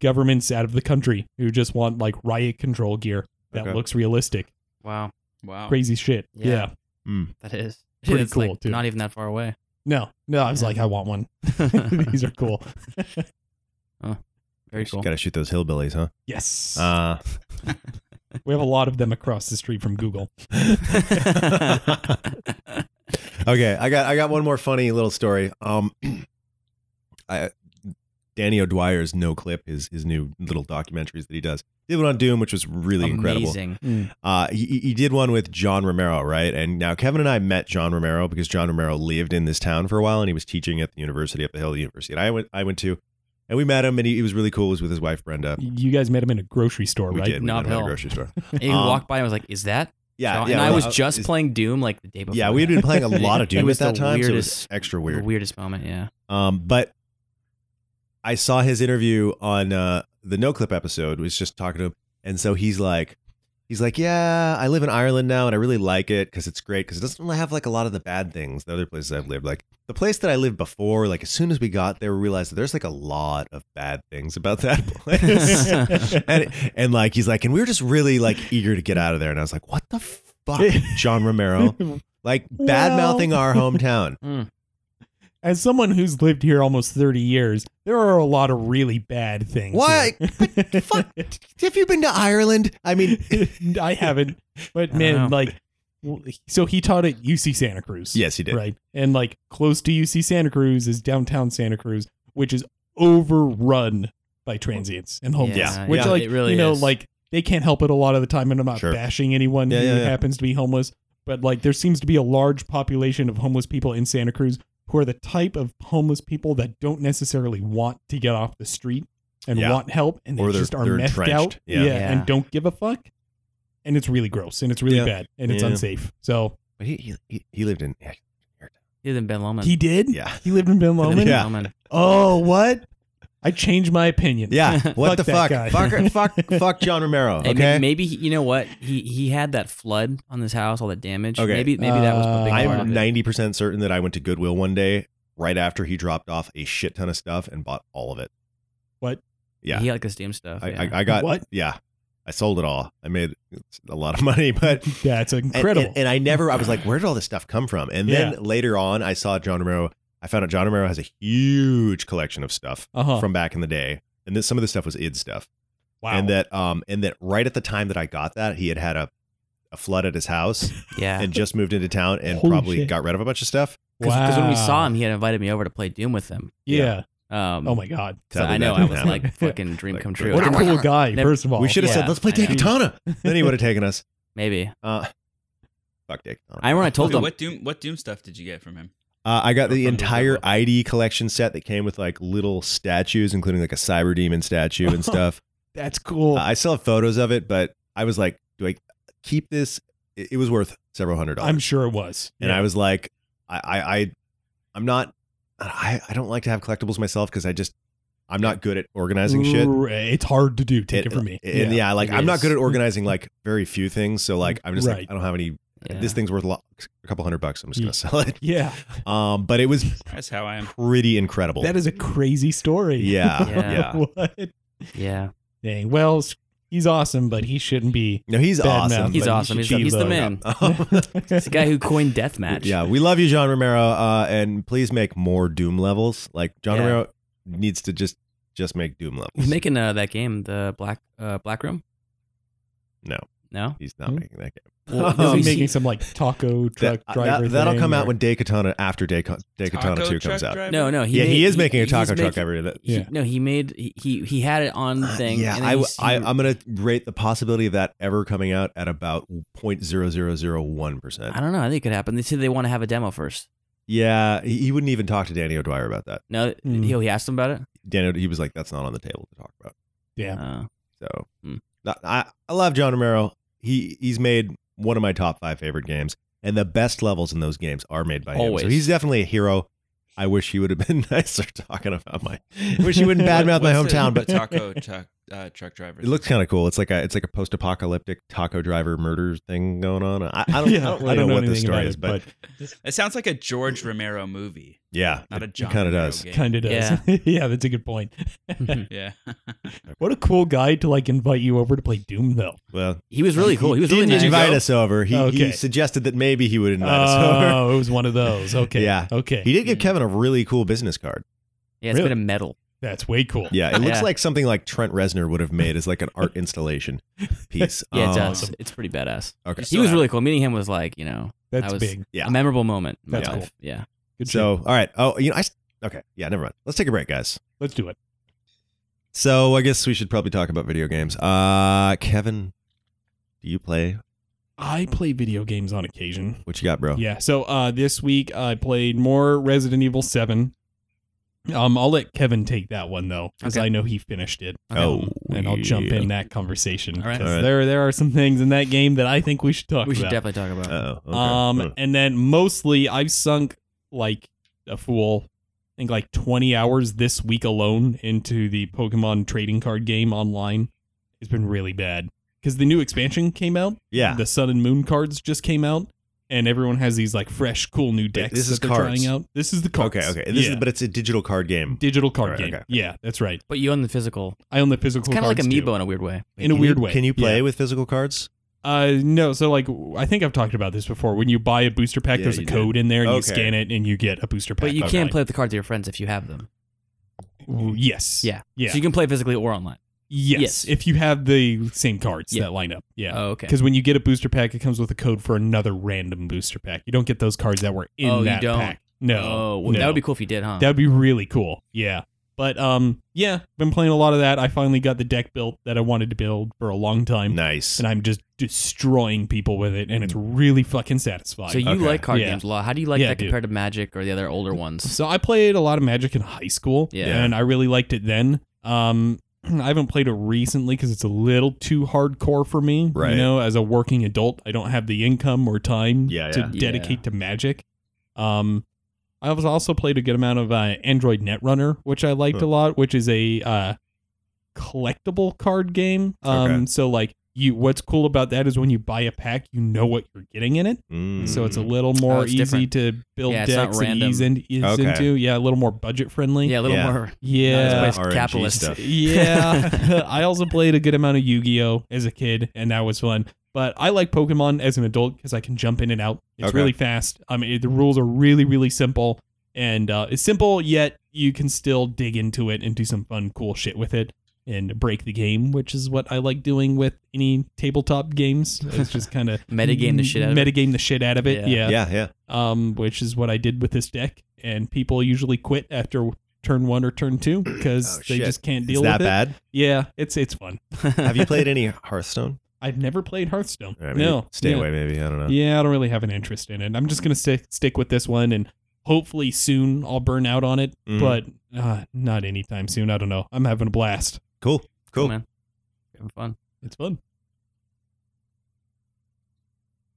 Speaker 2: governments out of the country who just want like riot control gear that
Speaker 1: Okay.
Speaker 2: looks realistic.
Speaker 3: Wow,
Speaker 4: Wow.
Speaker 2: Crazy shit. Yeah.
Speaker 3: Yeah.
Speaker 1: Mm.
Speaker 3: that is
Speaker 2: Pretty
Speaker 3: it's
Speaker 2: cool,
Speaker 3: Like,
Speaker 2: too.
Speaker 3: Not even that far away.
Speaker 2: No, no, I was like, I want one. These are cool.
Speaker 3: Very cool.
Speaker 1: Got to shoot those hillbillies, huh?
Speaker 2: Yes.
Speaker 1: Uh,
Speaker 2: we have a lot of them across the street from Google.
Speaker 1: Uh, okay, I got I got one more funny little story. Um, I Danny O'Dwyer's No Clip, his his new little documentaries that he does. Did one on Doom, which was really incredible.
Speaker 3: Amazing.
Speaker 1: Uh, he, he did one with John Romero, right? And now Kevin and I met John Romero because John Romero lived in this town for a while, and he was teaching at the university up the hill, the university that I went I went to, and we met him, and he, he was really cool. He was with his wife Brenda.
Speaker 2: You guys met him in a grocery store,
Speaker 1: we
Speaker 2: right?
Speaker 1: did. We met
Speaker 3: Knob
Speaker 1: him at a
Speaker 3: Hill.
Speaker 1: grocery store.
Speaker 3: And you
Speaker 1: Um,
Speaker 3: walked by and was like, "Is that?"
Speaker 1: Yeah,
Speaker 3: John?
Speaker 1: yeah.
Speaker 3: and I
Speaker 1: well, uh,
Speaker 3: was just
Speaker 1: it's-
Speaker 3: playing Doom like the day before.
Speaker 1: Yeah, we had been playing a lot of
Speaker 3: It
Speaker 1: Doom at
Speaker 3: was
Speaker 1: that
Speaker 3: the
Speaker 1: time, so it was
Speaker 3: weirdest-
Speaker 1: extra
Speaker 3: The
Speaker 1: weird.
Speaker 3: weirdest moment. Yeah.
Speaker 1: Um, but I saw his interview on uh, the No Clip episode. Was just talking to him, and so he's like, he's like, yeah, I live in Ireland now, and I really like it because it's great because it doesn't have like a lot of the bad things the other places I've lived. Like the place that I lived before, like as soon as we got there, we realized that there's like a lot of bad things about that place. and and like he's like, and we were just really like eager to get out of there. And I was like, what the fuck, John Romero, like bad mouthing our hometown.
Speaker 2: As someone who's lived here almost 30 years, there are a lot of really bad things.
Speaker 1: Why?
Speaker 2: here.
Speaker 1: Fuck. Have you been to Ireland? I mean,
Speaker 2: I haven't, but
Speaker 3: I
Speaker 2: man,
Speaker 3: don't know.
Speaker 2: like, w- so he taught at UC Santa Cruz.
Speaker 1: yes, he did.
Speaker 2: Right. And like close to UC Santa Cruz is downtown Santa Cruz, which is overrun by transients and homeless.
Speaker 1: Yeah,
Speaker 2: Which,
Speaker 1: yeah,
Speaker 2: like,
Speaker 3: it really
Speaker 2: you know,
Speaker 3: is.
Speaker 2: like they can't help it a lot of the time. And I'm not
Speaker 1: Sure.
Speaker 2: bashing anyone
Speaker 1: Yeah,
Speaker 2: who
Speaker 1: yeah, yeah.
Speaker 2: happens to be homeless, but like there seems to be a large population of homeless people in Santa Cruz who are the type of homeless people that don't necessarily want to get off the street and
Speaker 1: Yeah.
Speaker 2: want help and they
Speaker 1: Or they're-
Speaker 2: just are
Speaker 1: they're
Speaker 2: messed
Speaker 1: entrenched.
Speaker 2: out.
Speaker 1: Yeah.
Speaker 2: And
Speaker 3: Yeah.
Speaker 2: don't give a fuck. And it's really gross and it's really
Speaker 1: Yeah.
Speaker 2: bad and it's
Speaker 1: Yeah.
Speaker 2: unsafe. So
Speaker 1: But he, he- he he lived in
Speaker 3: He was in Ben Lomond.
Speaker 2: he did?
Speaker 1: yeah
Speaker 2: He lived in Ben
Speaker 3: He was in
Speaker 2: Lomond?
Speaker 3: Ben
Speaker 1: Yeah.
Speaker 3: Lomond.
Speaker 2: Oh, what? I changed my opinion.
Speaker 1: yeah. What
Speaker 2: Fuck
Speaker 1: the
Speaker 2: that
Speaker 1: fuck?
Speaker 2: guy.
Speaker 1: Fuck fuck fuck John Romero.
Speaker 3: Hey, may-
Speaker 1: Okay.
Speaker 3: maybe he- you know what he he had that flood on this house, all that damage.
Speaker 1: Okay.
Speaker 3: Maybe maybe that was a big
Speaker 2: Uh,
Speaker 3: part of
Speaker 1: I'm
Speaker 3: it.
Speaker 1: ninety percent certain that I went to Goodwill one day right after he dropped off a shit ton of stuff and bought all of it.
Speaker 2: What?
Speaker 1: Yeah.
Speaker 3: He had like the steam stuff.
Speaker 1: I,
Speaker 3: yeah.
Speaker 1: I, I got
Speaker 2: What?
Speaker 1: Yeah. I sold it all. I made a lot of money, but
Speaker 2: Yeah, it's
Speaker 1: and-
Speaker 2: incredible.
Speaker 1: And, and I never. I was like, where did all this stuff come from? And then later on, I saw John Romero. I found out John Romero has a huge collection of stuff
Speaker 2: uh-huh.
Speaker 1: from back in the day, and this, some of the stuff was id stuff.
Speaker 2: wow.
Speaker 1: and that um and that right at the time that I got that he had had a a flood at his house
Speaker 3: yeah.
Speaker 1: and just moved into town and
Speaker 2: Holy
Speaker 1: probably
Speaker 2: shit.
Speaker 1: got rid of a bunch of stuff.
Speaker 3: Because when we saw
Speaker 2: Wow.
Speaker 3: him, he had invited me over to play Doom with him.
Speaker 2: yeah.
Speaker 3: Um,
Speaker 2: Oh my god.
Speaker 3: so
Speaker 1: Sadly,
Speaker 3: I
Speaker 1: that
Speaker 3: know I
Speaker 1: didn't
Speaker 3: was
Speaker 1: happen.
Speaker 3: like fucking dream
Speaker 1: Like,
Speaker 3: come
Speaker 1: the-
Speaker 3: true.
Speaker 2: What a cool guy.
Speaker 3: Never-
Speaker 2: first of all,
Speaker 1: we should have
Speaker 3: yeah,
Speaker 1: said let's play
Speaker 3: I know.
Speaker 1: Daytona. then he would have taken us.
Speaker 3: Maybe.
Speaker 1: Uh, fuck Daytona.
Speaker 3: I remember I told
Speaker 4: Okay,
Speaker 3: him.
Speaker 4: what doom what doom stuff did you get from him?
Speaker 1: Uh, I got the
Speaker 4: Or from
Speaker 1: entire
Speaker 4: Goodwill.
Speaker 1: ID collection set that came with like little statues, including like a cyber demon statue and stuff.
Speaker 2: that's cool.
Speaker 1: Uh, I still have photos of it, but I was like, do I keep this? It, it was worth several hundred dollars.
Speaker 2: I'm sure it was.
Speaker 1: and I was like, I, I, I I'm not, I, I don't like to have collectibles myself because I just I'm not good at organizing shit. uh,
Speaker 2: Ooh, It's hard to do. Take it, from me.
Speaker 1: And yeah, like
Speaker 3: it
Speaker 1: I'm not
Speaker 3: is.
Speaker 1: good at organizing like very few things. So like I'm just
Speaker 2: Right. Mm.
Speaker 1: like I don't have any.
Speaker 3: Yeah.
Speaker 1: This thing's worth a, lot, a couple hundred bucks. I'm just
Speaker 2: Yeah.
Speaker 1: gonna sell it.
Speaker 2: yeah.
Speaker 1: Um, but it was
Speaker 4: That's how I am.
Speaker 1: pretty incredible.
Speaker 2: That is a crazy story.
Speaker 1: Yeah,
Speaker 3: Yeah.
Speaker 1: yeah.
Speaker 2: what?
Speaker 3: yeah.
Speaker 2: Dang. Well, s- he's awesome, but he shouldn't be.
Speaker 1: no, he's
Speaker 2: Bad
Speaker 1: awesome.
Speaker 2: mouth.
Speaker 1: but
Speaker 3: He's
Speaker 1: you
Speaker 3: awesome.
Speaker 1: should
Speaker 3: He's the,
Speaker 1: cheat low.
Speaker 3: he's the man.
Speaker 1: Um,
Speaker 3: He's the guy who coined deathmatch.
Speaker 1: yeah, we love you, John Romero. Uh, and please make more Doom levels. Like John
Speaker 3: Yeah.
Speaker 1: Romero needs to just just make Doom
Speaker 3: He's
Speaker 1: levels.
Speaker 3: making uh, that game, the Black uh, Black Room.
Speaker 1: no,
Speaker 3: No.
Speaker 1: he's not
Speaker 2: Hmm?
Speaker 1: making that game.
Speaker 3: Well,
Speaker 1: Um,
Speaker 2: He's
Speaker 3: no, he's-
Speaker 2: making some like taco truck
Speaker 1: That, uh,
Speaker 2: driver.
Speaker 1: that, will
Speaker 2: thing
Speaker 1: come out
Speaker 2: or-
Speaker 1: when Day Katana after Day, Con- Day Katana
Speaker 4: Taco
Speaker 1: Two
Speaker 4: truck
Speaker 1: comes out.
Speaker 4: driver?
Speaker 3: No, no. He
Speaker 1: yeah,
Speaker 3: made,
Speaker 1: he is making a
Speaker 3: he's
Speaker 1: taco truck
Speaker 3: making-
Speaker 1: every that.
Speaker 3: he-
Speaker 2: Yeah.
Speaker 3: no, he made he, he he had it on
Speaker 1: Uh,
Speaker 3: thing.
Speaker 1: Yeah,
Speaker 3: and then
Speaker 1: I,
Speaker 3: he-
Speaker 1: w-
Speaker 3: he-
Speaker 1: I, um, am going to rate the possibility of that ever coming out at about 0.0001%.
Speaker 3: I don't know. I think it could happen. They said they want to have a demo first.
Speaker 1: Yeah, he, he wouldn't even talk to Danny O'Dwyer about that.
Speaker 3: No,
Speaker 2: Hmm.
Speaker 3: he, he asked them about it.
Speaker 1: Danny, he was like, that's not on the table to talk about.
Speaker 2: Yeah.
Speaker 3: Uh,
Speaker 1: So
Speaker 3: Hmm.
Speaker 1: not- I, I love John Romero. He He's made one of my top five favorite games, and the best levels in those games are made by him.
Speaker 3: Always.
Speaker 1: So he's definitely a hero. I wish he would have been nicer talking about my. I wish he wouldn't badmouth my
Speaker 4: What's the-
Speaker 1: hometown, but
Speaker 4: the taco truck uh, truck driver.
Speaker 1: It looks kind of cool. It's like a it's like a post apocalyptic taco driver murder thing going on. I, I don't, I don't really know, what this
Speaker 2: anything
Speaker 1: story
Speaker 2: about
Speaker 1: is,
Speaker 2: it,
Speaker 1: but,
Speaker 4: It sounds like a George Romero movie,
Speaker 1: yeah,
Speaker 4: not a
Speaker 1: it
Speaker 4: John.
Speaker 1: kinda
Speaker 4: Romero
Speaker 1: does.
Speaker 4: game.
Speaker 2: but kind of does. Yeah. that's a good point.
Speaker 3: Oh.
Speaker 4: Yeah.
Speaker 2: What a cool guy to like invite you over to play Doom though.
Speaker 1: Well,
Speaker 3: he was really cool. He was really
Speaker 1: didn't
Speaker 3: nice.
Speaker 1: invite us over. He,
Speaker 2: Okay.
Speaker 1: he suggested that maybe he would invite us over.
Speaker 2: Oh, it was one of those. Okay.
Speaker 1: Yeah.
Speaker 2: Okay.
Speaker 1: He did give Kevin a really cool business card.
Speaker 3: Yeah, it's
Speaker 2: Really?
Speaker 3: been a medal.
Speaker 2: that's way cool.
Speaker 1: Yeah, it looks
Speaker 3: Yeah.
Speaker 1: like something like Trent Reznor would have made as like an art installation piece.
Speaker 3: Yeah, it
Speaker 1: Um,
Speaker 3: does. It's pretty badass.
Speaker 1: Okay.
Speaker 3: He was really cool. Meeting him was like, you know,
Speaker 2: That's
Speaker 3: I was-
Speaker 2: big.
Speaker 1: Yeah.
Speaker 3: a memorable moment. In my
Speaker 2: That's
Speaker 3: life.
Speaker 2: cool.
Speaker 3: Yeah.
Speaker 2: Good
Speaker 1: So,
Speaker 2: shit.
Speaker 1: all right. Oh, you know, I s- okay. Yeah, never mind. Let's take a break, guys.
Speaker 2: let's do it.
Speaker 1: So, I guess we should probably talk about video games. Uh, Kevin, do you play?
Speaker 2: I play video games on occasion.
Speaker 1: What you got, bro?
Speaker 2: Yeah. So uh, this week I played more Resident Evil Seven. Um, I'll let Kevin take that one though, because
Speaker 3: Okay.
Speaker 2: I know he finished it,
Speaker 1: Oh,
Speaker 2: and I'll jump
Speaker 1: yeah.
Speaker 2: in that conversation.
Speaker 3: All right.
Speaker 2: 'cause
Speaker 1: All right.
Speaker 2: There, there are some things in that game that I think we should talk
Speaker 3: we should
Speaker 2: about.
Speaker 3: definitely talk about. it.
Speaker 1: Oh, okay.
Speaker 2: Um,
Speaker 1: Huh.
Speaker 2: and then mostly I've sunk like a fool, I think like 20 hours this week alone into the Pokemon trading card game online. It's been really bad because the new expansion came out.
Speaker 1: yeah.
Speaker 2: The Sun and Moon cards just came out, and everyone has these like fresh, cool new decks
Speaker 1: this
Speaker 2: that
Speaker 1: is
Speaker 2: they're
Speaker 1: cards.
Speaker 2: trying out. This is the cards.
Speaker 1: Okay, okay. This
Speaker 2: Yeah.
Speaker 1: is, but it's a digital card game.
Speaker 2: digital card
Speaker 1: Alright,
Speaker 2: game.
Speaker 1: okay.
Speaker 2: Yeah, that's right.
Speaker 3: But you own the physical.
Speaker 2: I own the physical.
Speaker 3: It's kind of like
Speaker 2: cards,
Speaker 3: Amiibo
Speaker 2: too.
Speaker 3: in a weird way.
Speaker 2: in a
Speaker 1: Can
Speaker 2: weird
Speaker 1: you-
Speaker 2: way.
Speaker 1: Can you play
Speaker 2: Yeah.
Speaker 1: with physical cards?
Speaker 2: Uh, no. So like, I think I've talked about this before. When you buy a booster pack,
Speaker 1: Yeah,
Speaker 2: there's a
Speaker 1: you did.
Speaker 2: code in there, and you
Speaker 1: Okay.
Speaker 2: scan it, and you get a booster pack.
Speaker 3: But you
Speaker 2: online.
Speaker 3: can play with the cards of your friends if you have them.
Speaker 2: Ooh, Yes.
Speaker 3: Mm. Yeah.
Speaker 2: Yeah.
Speaker 3: So you can play physically or online.
Speaker 2: yes.
Speaker 3: yes.
Speaker 2: If you have the same cards
Speaker 3: Yeah.
Speaker 2: that line up. Yeah.
Speaker 3: Oh, okay.
Speaker 2: Because when you get a booster pack, it comes with a code for another random booster pack. You don't get those cards that were in
Speaker 3: Oh, you
Speaker 2: that
Speaker 3: don't.
Speaker 2: pack. No.
Speaker 3: oh, well,
Speaker 2: no.
Speaker 3: that would be cool if you did, huh?
Speaker 2: That'd be really cool. Yeah. But um, yeah, been playing a lot of that. I finally got the deck built that I wanted to build for a long time,
Speaker 1: Nice.
Speaker 2: and I'm just destroying people with it, and it's really fucking satisfying.
Speaker 3: so you
Speaker 1: Okay.
Speaker 3: like card
Speaker 2: Yeah.
Speaker 3: games a lot. How do you like
Speaker 2: Yeah,
Speaker 3: that
Speaker 2: dude.
Speaker 3: compared to Magic or the other older ones?
Speaker 2: So I played a lot of Magic in high school,
Speaker 3: Yeah.
Speaker 2: and I really liked it then. Um, I haven't played it recently because it's a little too hardcore for me.
Speaker 1: Right.
Speaker 2: You know, as a working adult, I don't have the income or time
Speaker 1: Yeah,
Speaker 2: to
Speaker 1: yeah.
Speaker 2: dedicate to Magic. Um, I was also played a good amount of uh, Android Netrunner, which I liked
Speaker 1: Huh.
Speaker 2: a lot, which is a uh, collectible card game. Um,
Speaker 1: Okay.
Speaker 2: so like you, what's cool about that is when you buy a pack, you know what you're getting in it.
Speaker 1: Mm.
Speaker 2: So it's a little more
Speaker 3: Oh, it's
Speaker 2: easy
Speaker 3: different.
Speaker 2: to build
Speaker 3: Yeah, it's not
Speaker 2: decks and
Speaker 3: random.
Speaker 2: ease, in, ease
Speaker 1: Okay.
Speaker 2: into. Yeah, a little more budget friendly.
Speaker 3: Yeah, a little
Speaker 1: Yeah.
Speaker 3: more.
Speaker 2: Yeah.
Speaker 3: Let's
Speaker 1: RNG
Speaker 3: play capitalist.
Speaker 1: stuff.
Speaker 2: yeah. I also played a good amount of Yu Gi Oh as a kid, and that was fun. But I like Pokemon as an adult because I can jump in and out. It's
Speaker 1: Okay.
Speaker 2: really fast. I mean, the rules are really, really simple, and uh, it's simple yet you can still dig into it and do some fun, cool shit with it and break the game, which is what I like doing with any tabletop games. It's just kind of
Speaker 3: Metagame the
Speaker 2: Mm,
Speaker 3: shit out of it.
Speaker 2: metagame the shit out of it. yeah
Speaker 3: Yeah.
Speaker 1: Yeah, yeah.
Speaker 2: um, which is what I did with this deck. And people usually quit after turn one or turn two because
Speaker 1: Oh,
Speaker 2: they
Speaker 1: shit.
Speaker 2: just can't
Speaker 1: Is
Speaker 2: deal
Speaker 1: that
Speaker 2: with it.
Speaker 1: bad?
Speaker 2: Yeah, it's it's fun.
Speaker 1: Have you played any Hearthstone?
Speaker 2: I've never played Hearthstone.
Speaker 1: All right, maybe
Speaker 2: no,
Speaker 1: Stay
Speaker 2: yeah.
Speaker 1: away, maybe. I don't know.
Speaker 2: Yeah, I don't really have an interest in it. I'm just gonna stick stick with this one, and hopefully soon I'll burn out on it.
Speaker 1: Mhm.
Speaker 2: But uh, not anytime soon. I don't know. I'm having a blast.
Speaker 1: Cool. Cool.
Speaker 3: man. Having fun.
Speaker 2: It's fun.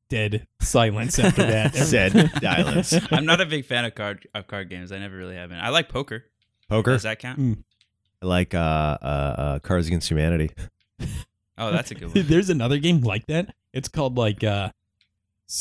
Speaker 2: Dead silence after that.
Speaker 1: Said silence.
Speaker 4: I'm not a big fan of card of card games. I never really have been. I like poker.
Speaker 1: Poker?
Speaker 4: Does that count?
Speaker 2: Mm.
Speaker 1: like uh, uh, uh, Cards Against Humanity.
Speaker 4: Oh, that's a good one.
Speaker 2: There's another game like that. It's called like uh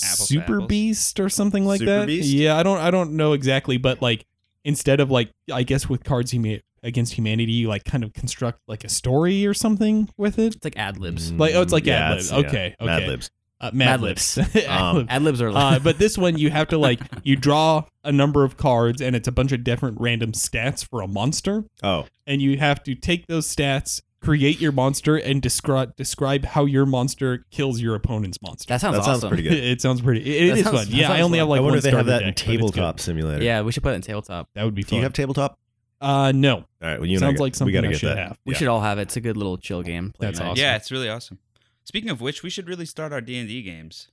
Speaker 4: Apples to
Speaker 2: Super
Speaker 4: apples.
Speaker 2: Beast or something like
Speaker 1: Super
Speaker 2: that.
Speaker 1: Beast?
Speaker 2: Yeah, I don't I don't know exactly, but like instead of like I guess with cards huma- against humanity, you like kind of construct like a story or something with it.
Speaker 3: It's like ad libs.
Speaker 2: Like oh, it's like
Speaker 1: Yeah,
Speaker 2: ad libs.
Speaker 1: it's- Mm, yeah,
Speaker 2: Okay, okay.
Speaker 1: Mad Libs.
Speaker 2: Uh,
Speaker 3: Mad
Speaker 2: Mad Libs. Ad
Speaker 1: Um,
Speaker 2: Lib.
Speaker 3: Ad libs are
Speaker 2: Uh,
Speaker 3: like
Speaker 2: but this one you have to like you draw a number of cards and it's a bunch of different random stats for a monster
Speaker 1: Oh,
Speaker 2: and you have to take those stats create your monster and describe describe how your monster kills your opponent's monster
Speaker 3: that sounds
Speaker 1: that sounds
Speaker 3: awesome.
Speaker 1: pretty good.
Speaker 2: it sounds pretty it- it
Speaker 3: That
Speaker 2: is
Speaker 3: sounds-
Speaker 2: fun
Speaker 3: that
Speaker 2: yeah i
Speaker 3: sounds
Speaker 2: only
Speaker 3: fun.
Speaker 2: have like
Speaker 1: I wonder
Speaker 2: one
Speaker 1: if they have
Speaker 2: starter
Speaker 1: that in
Speaker 2: deck, but it's good.
Speaker 1: Tabletop Simulator.
Speaker 3: Yeah, we should put it in tabletop.
Speaker 2: that would be
Speaker 1: Do
Speaker 2: fun
Speaker 1: you have Tabletop?
Speaker 2: uh no
Speaker 1: All right. Well, you and I
Speaker 2: sounds
Speaker 1: got-
Speaker 2: like
Speaker 1: we
Speaker 2: something
Speaker 1: gotta
Speaker 2: i
Speaker 1: get
Speaker 2: should
Speaker 1: that.
Speaker 2: have
Speaker 3: We
Speaker 1: Yeah.
Speaker 3: should all have it. It's a good little chill game. Play
Speaker 2: That's
Speaker 3: night.
Speaker 2: awesome.
Speaker 4: Yeah, it's really awesome. Speaking of which, we should really start our D and D games.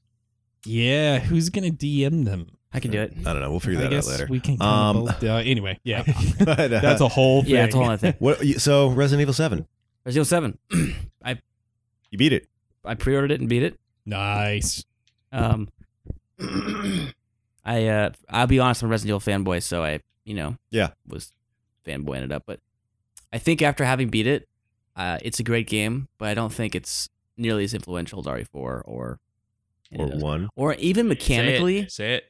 Speaker 2: yeah who's gonna dm them
Speaker 3: I can do it.
Speaker 1: I don't know. We'll figure
Speaker 2: i
Speaker 1: that out
Speaker 2: guess
Speaker 1: later.
Speaker 2: we can
Speaker 1: Um,
Speaker 2: kind of both, uh, anyway yeah
Speaker 1: But, uh,
Speaker 2: that's a whole thing
Speaker 3: Yeah, it's a whole other thing.
Speaker 1: what, you- so Resident Evil Seven,
Speaker 3: Resident Evil Seven.
Speaker 1: you beat it.
Speaker 3: I pre-ordered it and beat it.
Speaker 2: nice
Speaker 3: Um, I uh, I'll be honest, I'm a Resident Evil fanboy, so I you know
Speaker 1: Yeah.
Speaker 3: was fanboying it up. But I think after having beat it, uh, it's a great game, but I don't think it's nearly as influential as RE4 or
Speaker 1: Or one.
Speaker 3: or even mechanically.
Speaker 4: say it. E Say it.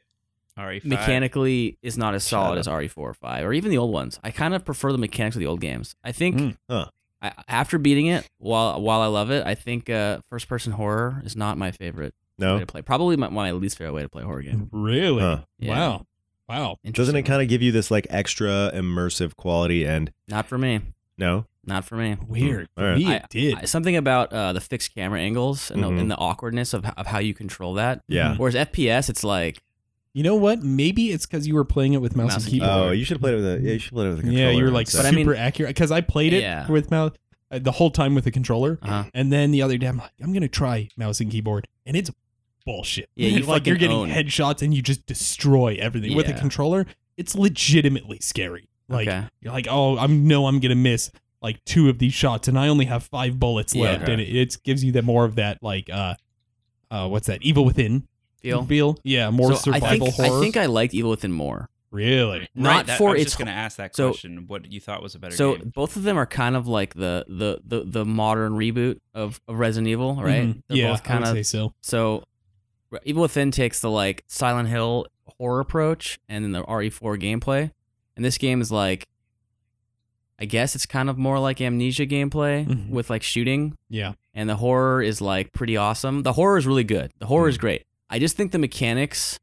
Speaker 4: RE5.
Speaker 3: Mechanically is not as solid
Speaker 1: Shut
Speaker 3: as RE4 or 5 or even the old ones. I kind of prefer the mechanics of the old games. I think
Speaker 2: Mm.
Speaker 1: Hmm, Huh.
Speaker 3: I, after beating it, while while I love it, I think uh, first person horror is not my favorite
Speaker 2: Oh.
Speaker 3: way
Speaker 1: No.
Speaker 3: to play. Probably my, my least favorite way to play a horror game.
Speaker 2: really
Speaker 1: Huh.
Speaker 3: Yeah.
Speaker 2: Hmm. wow wow
Speaker 1: Doesn't it
Speaker 3: Interesting.
Speaker 1: kind of give you this like extra immersive quality? And
Speaker 3: Not for me.
Speaker 1: no,
Speaker 3: Not for me.
Speaker 2: Weird.
Speaker 1: Hmm. All right.
Speaker 2: Me, it did.
Speaker 3: I- Something about uh, the fixed camera angles and,
Speaker 2: Mm-hmm.
Speaker 1: Mhm.
Speaker 3: the, and the awkwardness of, h- of how you control that.
Speaker 1: yeah.
Speaker 3: Whereas FPS, it's like
Speaker 2: you know what? Maybe it's because you were playing it with mouse, and keyboard.
Speaker 1: Oh, you should play it with a. Yeah, you should play it with a controller.
Speaker 2: yeah, you were like
Speaker 1: So-
Speaker 3: But
Speaker 2: super
Speaker 3: I mean-
Speaker 2: accurate because I played it
Speaker 3: Yeah.
Speaker 2: with mouse uh, the whole time with the controller,
Speaker 3: Uh-huh.
Speaker 2: and then the other day I'm like, I'm gonna try mouse and keyboard, and it's bullshit.
Speaker 3: Yeah, you
Speaker 2: It's like you're
Speaker 3: fucking
Speaker 2: getting
Speaker 3: own.
Speaker 2: headshots and you just destroy everything with a
Speaker 3: Yeah.
Speaker 2: controller. It's legitimately scary. Like
Speaker 3: okay,
Speaker 2: you're like, oh, I know I'm gonna miss like two of these shots, and I only have five bullets
Speaker 3: Yeah.
Speaker 2: left, and it it's, gives you that more of that like, uh, uh, what's that? Evil Within
Speaker 3: feel.
Speaker 2: feel. Yeah, more
Speaker 3: So
Speaker 2: survival
Speaker 3: I think,
Speaker 2: horror.
Speaker 3: I think I liked Evil Within more.
Speaker 2: really.
Speaker 3: Not
Speaker 4: Right, that-
Speaker 3: for
Speaker 4: I was
Speaker 3: its
Speaker 4: just going to ask that
Speaker 3: so-
Speaker 4: question. what you thought was a better
Speaker 3: So
Speaker 4: game?
Speaker 3: both of them are kind of like the the the, the modern reboot of, of Resident Evil, right?
Speaker 2: Mhm.
Speaker 3: They're
Speaker 2: yeah,
Speaker 3: both kind
Speaker 2: I
Speaker 3: of
Speaker 2: would say so.
Speaker 3: So Re- Evil Within takes the like Silent Hill horror approach and then the RE4 gameplay. And this game is like I guess it's kind of more like amnesia gameplay
Speaker 2: Mhm.
Speaker 3: with like shooting
Speaker 2: Yeah,
Speaker 3: and the horror is like pretty awesome. The horror is really good. The horror is great. I just think the mechanics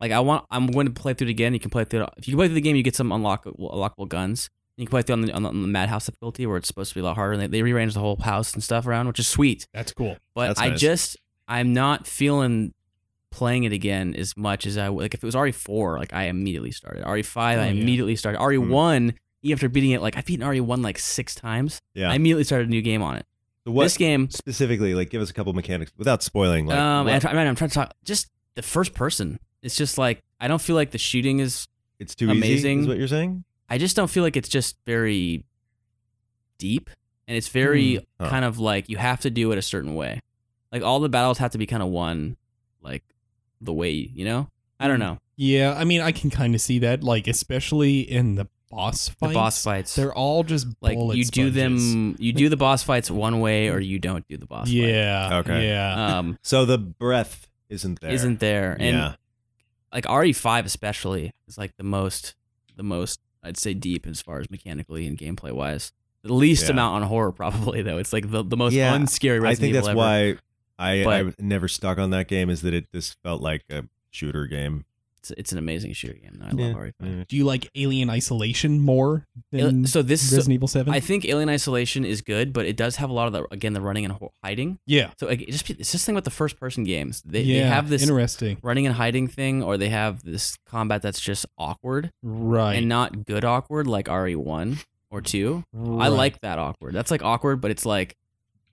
Speaker 3: like I want I'm going to play through it again. You can play through it. If you play through the game you get some unlockable, unlockable guns. You can play through on the, on the on the madhouse difficulty where it's supposed to be a lot harder and they, they rearrange the whole house and stuff around, which is sweet.
Speaker 2: that's cool.
Speaker 3: But
Speaker 1: That's
Speaker 3: I
Speaker 1: nice.
Speaker 3: just I'm not feeling playing it again as much as I would. Like if it was RE4, like I immediately started. RE5, I
Speaker 2: Oh, yeah.
Speaker 3: immediately started.
Speaker 1: Hmm.
Speaker 3: RE1, even after beating it, like I've beaten RE1 like six times.
Speaker 1: Yeah.
Speaker 3: I immediately started a new game on it.
Speaker 1: So what
Speaker 3: This game,
Speaker 1: specifically? Like, give us a couple mechanics without spoiling. Like,
Speaker 3: um,
Speaker 1: what-
Speaker 3: and I'm, try- I'm trying to talk just the first person. It's just like I don't feel like the shooting is.
Speaker 1: it's too
Speaker 3: amazing.
Speaker 1: easy. Is what you're saying?
Speaker 3: I just don't feel like it's just very deep, and it's
Speaker 2: Hmm.
Speaker 3: very
Speaker 1: Huh.
Speaker 3: kind of like you have to do it a certain way. Like all the battles have to be kind of won, like the way you know. I
Speaker 2: Hmm.
Speaker 3: don't know.
Speaker 2: Yeah, I mean, I can kind of see that, like especially in the boss
Speaker 3: the
Speaker 2: fights.
Speaker 3: boss fights.
Speaker 2: they're all just
Speaker 3: like
Speaker 2: bullet
Speaker 3: you do
Speaker 2: sponges.
Speaker 3: them, you do the boss fights one way, or you don't do the boss.
Speaker 2: Yeah.
Speaker 1: Okay.
Speaker 2: Yeah.
Speaker 3: fight. um,
Speaker 1: So the breath isn't there.
Speaker 3: isn't there? And
Speaker 1: yeah.
Speaker 3: like RE five especially is like the most, the most I'd say deep as far as mechanically and gameplay wise. The least
Speaker 1: Yeah.
Speaker 3: amount on horror probably though. It's like the, the most
Speaker 1: Yeah,
Speaker 3: unscary Resident
Speaker 1: I think
Speaker 3: Evil
Speaker 1: that's
Speaker 3: ever.
Speaker 1: why I, I
Speaker 3: But-
Speaker 1: was never stuck on that game. Is that it? This felt like a shooter game.
Speaker 3: it's, it's an amazing shooter game. though. I
Speaker 1: Yeah.
Speaker 3: love RE five.
Speaker 2: do you like Alien Isolation more than
Speaker 3: Uh, So this,
Speaker 2: Resident Evil Seven?
Speaker 3: I think Alien Isolation is good, but it does have a lot of the again the running and ho- hiding.
Speaker 2: yeah.
Speaker 3: So like, it just it's this thing with the first person games. They,
Speaker 2: yeah.
Speaker 3: they have this
Speaker 2: interesting.
Speaker 3: running and hiding thing, or they have this combat that's just awkward
Speaker 2: Right.
Speaker 3: and not good awkward, like RE1 or 2. I
Speaker 2: Right.
Speaker 3: like that awkward. That's like awkward, but it's like,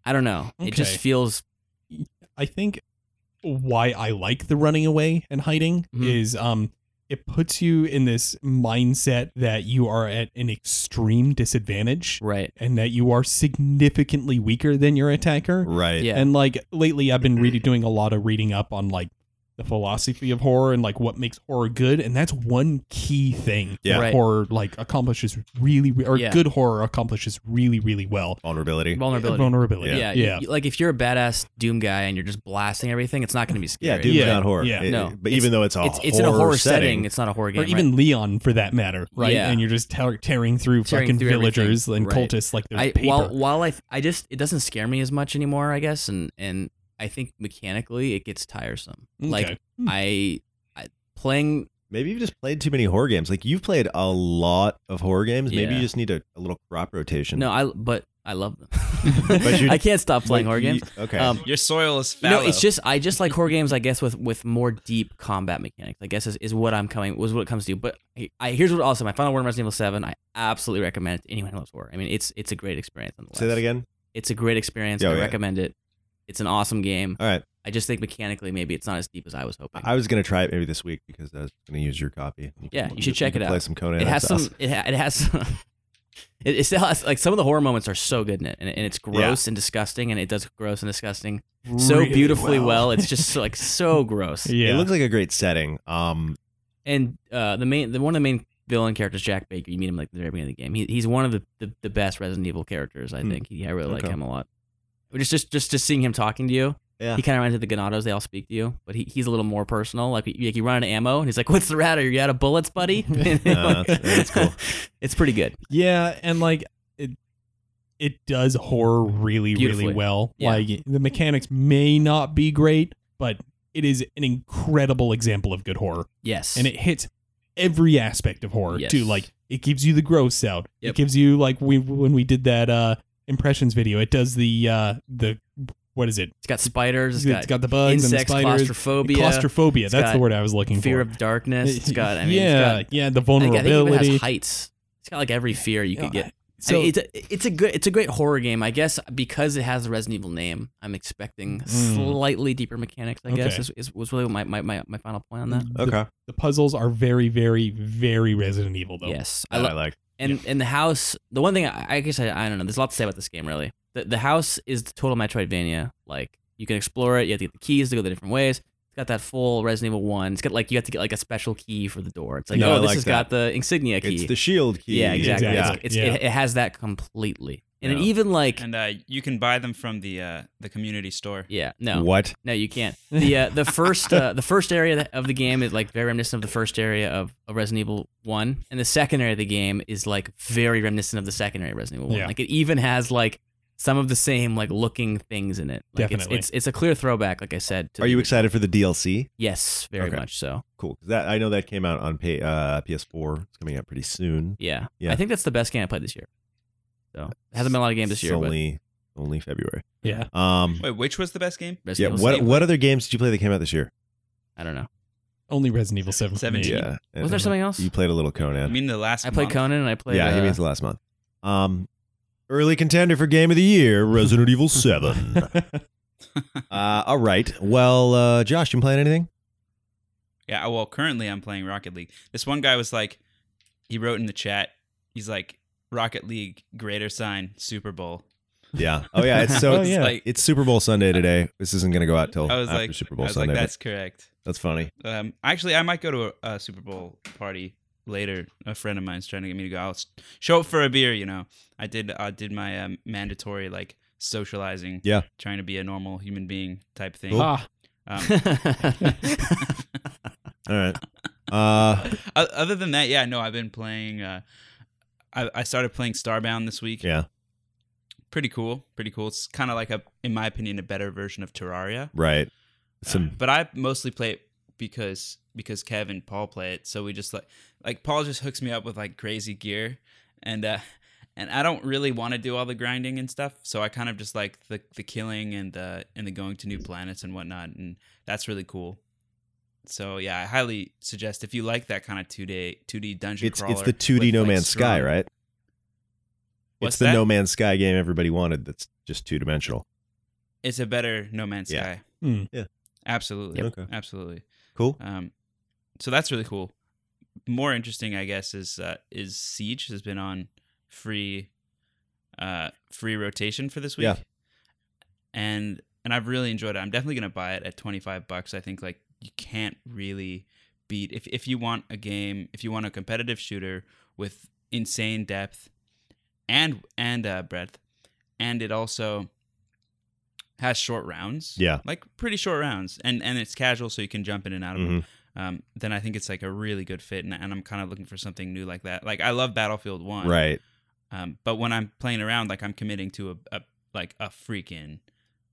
Speaker 3: I don't know. It just
Speaker 2: Okay.
Speaker 3: feels,
Speaker 2: I think why I like the running away and hiding
Speaker 3: Mhm.
Speaker 2: is um it puts you in this mindset that you are at an extreme disadvantage
Speaker 3: right.
Speaker 2: and that you are significantly weaker than your attacker.
Speaker 1: Right.
Speaker 3: Yeah.
Speaker 2: And like lately I've been really doing a lot of reading up on like the the philosophy of horror and like what makes horror good, and that's one key thing
Speaker 1: Yeah.
Speaker 2: that
Speaker 3: Right.
Speaker 2: horror like accomplishes really or
Speaker 3: Yeah.
Speaker 2: good horror accomplishes really really well.
Speaker 1: Vulnerability.
Speaker 3: Vulnerability.
Speaker 2: Vulnerability.
Speaker 3: Yeah.
Speaker 2: Yeah.
Speaker 3: you- you- like if you're a badass Doom guy and you're just blasting everything, it's not going to be
Speaker 1: yeah,
Speaker 3: scary.
Speaker 1: Doom's
Speaker 2: Yeah,
Speaker 1: not horror.
Speaker 2: yeah.
Speaker 1: It-
Speaker 3: No,
Speaker 1: but
Speaker 3: it's-
Speaker 1: even though it's a
Speaker 3: it's
Speaker 1: horror
Speaker 3: it's in a horror setting.
Speaker 1: setting,
Speaker 3: It's not a horror game.
Speaker 2: Or even Leon, for that matter, right?
Speaker 3: Yeah.
Speaker 2: And you're just tear- tearing through
Speaker 3: Tearing
Speaker 2: fucking
Speaker 3: through
Speaker 2: villagers
Speaker 3: everything,
Speaker 2: and
Speaker 3: right.
Speaker 2: cultists like there's
Speaker 3: right? I,
Speaker 2: paper.
Speaker 3: while while I I just it doesn't scare me as much anymore. I guess and and I think mechanically it gets tiresome.
Speaker 2: Okay.
Speaker 3: Like I, I playing
Speaker 1: Maybe you've just played too many horror games. Like you've played a lot of horror games. Maybe
Speaker 3: Yeah.
Speaker 1: you just need a, a little crop rotation.
Speaker 3: no I but I love them.
Speaker 1: But you-
Speaker 3: I can't stop playing
Speaker 1: Like,
Speaker 3: horror
Speaker 1: you-
Speaker 3: games.
Speaker 1: Okay.
Speaker 3: Um,
Speaker 4: Your soil is
Speaker 3: No,
Speaker 4: fallow.
Speaker 3: it's just I just like horror games. I guess with with more deep combat mechanics. I guess is, is what I'm coming was what it comes to. But I, I here's what also my final word on Resident Evil Seven. I absolutely recommend it to anyone who loves horror. I mean, it's it's a great experience. Nonetheless.
Speaker 1: Say that again.
Speaker 3: It's a great experience.
Speaker 1: Yeah,
Speaker 3: I
Speaker 1: yeah.
Speaker 3: recommend it. It's an awesome game.
Speaker 1: All right.
Speaker 3: I just think mechanically maybe it's not as deep as I was hoping.
Speaker 1: I was gonna try it maybe this week because I was gonna use your copy. You
Speaker 3: Yeah,
Speaker 1: can-
Speaker 3: you should check
Speaker 1: can
Speaker 3: it out.
Speaker 1: Play some Conan.
Speaker 3: it has
Speaker 1: That's
Speaker 3: some.
Speaker 1: awesome.
Speaker 3: It, ha- it has. it, it still has like some of the horror moments are so good in it, and, it- and it's gross and disgusting, and it does gross and disgusting so
Speaker 2: Really
Speaker 3: beautifully well. It's just so, like so gross.
Speaker 2: yeah.
Speaker 1: It looks like a great setting. Um,
Speaker 3: and uh, the main the one of the main villain characters, Jack Baker. You meet him like at the very beginning of the game. He, he's one of the, the, the best Resident Evil characters. I
Speaker 1: Hmm.
Speaker 3: think. Yeah, I really like
Speaker 1: Okay.
Speaker 3: him a lot. But Just just just just seeing him talking to you.
Speaker 1: Yeah.
Speaker 3: He kind of runs into the Ganados. They all speak to you, but he, he's a little more personal. Like, you- like you run out of ammo, and he's like, "What's the matter? You out of bullets, buddy?"
Speaker 1: Uh, that's- that's cool.
Speaker 3: It's pretty good.
Speaker 2: Yeah, and like it, it does horror really, really
Speaker 3: Beautifully.
Speaker 2: well.
Speaker 3: Yeah.
Speaker 2: Like the mechanics may not be great, but it is an incredible example of good horror,
Speaker 3: Yes.
Speaker 2: and it hits every aspect of horror
Speaker 3: Yes.
Speaker 2: too. Like it gives you the gross out. It
Speaker 3: Yep.
Speaker 2: gives you like we when we did that uh impressions video. It does the uh the what is it?
Speaker 3: has got spiders. It's got,
Speaker 2: the bugs and the
Speaker 3: insects.
Speaker 2: spiders.
Speaker 3: claustrophobia.
Speaker 2: claustrophobia.
Speaker 3: It's
Speaker 2: That's the
Speaker 3: got
Speaker 2: word I was looking
Speaker 3: fear
Speaker 2: for.
Speaker 3: of darkness. It's got. I mean,
Speaker 2: yeah,
Speaker 3: it's got,
Speaker 2: yeah. The
Speaker 3: I think, I think it even
Speaker 2: vulnerability.
Speaker 3: has heights. It's got like every fear you could
Speaker 2: Yeah.
Speaker 3: get.
Speaker 2: So
Speaker 3: I mean, it's a it's a good it's a great horror game, I guess, because it has the Resident Evil name. I'm expecting
Speaker 1: Hmm.
Speaker 2: Mm.
Speaker 3: slightly deeper mechanics. I guess
Speaker 2: Okay.
Speaker 3: is, is was really my, my, my, my final point on that.
Speaker 2: the-
Speaker 1: okay.
Speaker 2: the puzzles are very, very, very Resident Evil though.
Speaker 3: Yes, I
Speaker 1: I,
Speaker 3: love
Speaker 1: like.
Speaker 3: and and the house. The one thing I, I guess I, I don't know. There's a lot to say about this game really. The the house is the total Metroidvania. Like you can explore it. You have to get the keys to go the different ways. It's got that full Resident Evil one. It's got like you have to get like a special key for the door. It's like
Speaker 1: No, I
Speaker 3: oh this
Speaker 1: like
Speaker 3: has
Speaker 1: that.
Speaker 3: got the insignia key.
Speaker 1: It's the shield key.
Speaker 3: yeah, exactly.
Speaker 2: Exactly.
Speaker 1: Yeah.
Speaker 3: It's, it's,
Speaker 2: Yeah.
Speaker 3: It, it has that completely. And
Speaker 1: Yeah.
Speaker 3: even like
Speaker 4: and uh, you can buy them from the uh, the community store.
Speaker 3: yeah no
Speaker 1: What?
Speaker 3: No, you can't. The uh, the first uh, the first area that- of the game is like very reminiscent of the first area of, of Resident Evil One, and the second area of the game is like very reminiscent of the second area of Resident Evil One.
Speaker 2: Yeah.
Speaker 3: Like it even has like some of the same like looking things in it. Like
Speaker 2: Definitely.
Speaker 3: it's, it's it's a clear throwback, like I said. To
Speaker 1: Are
Speaker 3: the-
Speaker 1: you excited for the DLC?
Speaker 3: Yes, very
Speaker 1: Okay.
Speaker 3: much so.
Speaker 1: Cool. 'Cause That I know that came out on pay, uh, PS4. It's coming out pretty soon.
Speaker 3: Yeah.
Speaker 1: Yeah.
Speaker 3: I think that's the best game I played this year. So it hasn't been a lot of games this
Speaker 1: It's
Speaker 3: year, but
Speaker 1: Only only February.
Speaker 2: Yeah.
Speaker 1: Um.
Speaker 4: Wait, which was the best game?
Speaker 1: yeah.
Speaker 3: Resident Evil
Speaker 1: What
Speaker 3: 7,
Speaker 1: What other games did you play that came out this year?
Speaker 3: I don't know.
Speaker 2: Only Resident Evil Seven. for me.
Speaker 4: Seventeen.
Speaker 1: Yeah.
Speaker 3: Was there something else?
Speaker 1: Uh, You played a little Conan.
Speaker 4: I mean, the last.
Speaker 3: I played
Speaker 4: month.
Speaker 3: Conan and I played.
Speaker 1: yeah, he
Speaker 3: uh,
Speaker 1: means the last month. Um, early contender for game of the year, Resident Evil Seven. uh, all right. Well, uh, Josh, you been playing anything?
Speaker 4: Yeah, well, currently I'm playing Rocket League. This one guy was like, he wrote in the chat, he's like, Rocket League greater sign Super Bowl.
Speaker 1: Yeah. Oh yeah. It's so
Speaker 2: Oh, yeah.
Speaker 4: like,
Speaker 1: it's Super Bowl Sunday today. This isn't gonna go out till
Speaker 4: I was
Speaker 1: after
Speaker 4: like,
Speaker 1: Super Bowl
Speaker 4: I was
Speaker 1: Sunday.
Speaker 4: like,
Speaker 1: but
Speaker 4: that's correct.
Speaker 1: that's funny.
Speaker 4: Um, actually, I might go to a, a Super Bowl party later. A friend of mine's trying to get me to go out, s- show up for a beer. You know, I did. I did my um, mandatory like socializing.
Speaker 1: Yeah.
Speaker 4: trying to be a normal human being type thing.
Speaker 2: Ah,
Speaker 4: Um,
Speaker 1: All right. Uh,
Speaker 4: O- other than that, yeah, no, I've been playing. Uh, I, I started playing Starbound this week.
Speaker 1: yeah.
Speaker 4: pretty cool, pretty cool. It's kind of like a, in my opinion, a better version of Terraria.
Speaker 1: Right. Some.
Speaker 4: Uh, but I mostly play it because because Kevin and Paul play it, so we just like like Paul just hooks me up with like crazy gear, and uh, and I don't really want to do all the grinding and stuff, so I kind of just like the the killing and the and the going to new planets and whatnot, and that's really cool. So yeah, I highly suggest if you like that kind of two day two D dungeon
Speaker 1: it's
Speaker 4: crawler.
Speaker 1: it's the 2D
Speaker 4: with,
Speaker 1: No
Speaker 4: like,
Speaker 1: Man's Sky,
Speaker 4: strong-
Speaker 1: right?
Speaker 4: What's
Speaker 1: it's the
Speaker 4: that?
Speaker 1: No Man's Sky game everybody wanted. That's just two dimensional.
Speaker 4: It's a better No Man's
Speaker 1: Yeah.
Speaker 4: Sky.
Speaker 2: Hmm.
Speaker 1: Yeah.
Speaker 4: absolutely,
Speaker 1: Yep. Okay.
Speaker 4: absolutely.
Speaker 1: Cool.
Speaker 4: Um, so that's really cool. More interesting, I guess, is uh, is Siege has been on free, uh, free rotation for this week.
Speaker 1: Yeah.
Speaker 4: And and I've really enjoyed it. I'm definitely gonna buy it at 25 bucks. I think like you can't really beat if if you want a game if you want a competitive shooter with insane depth and and uh, breadth, and it also has short rounds.
Speaker 1: Yeah.
Speaker 4: like pretty short rounds, and and it's casual, so you can jump in and out of
Speaker 1: Mm-hmm.
Speaker 4: them. Um, then I think it's like a really good fit, and, and I'm kind of looking for something new like that. Like I love Battlefield One,
Speaker 1: Right.
Speaker 4: Um, but when I'm playing around, like I'm committing to a, a like a freaking,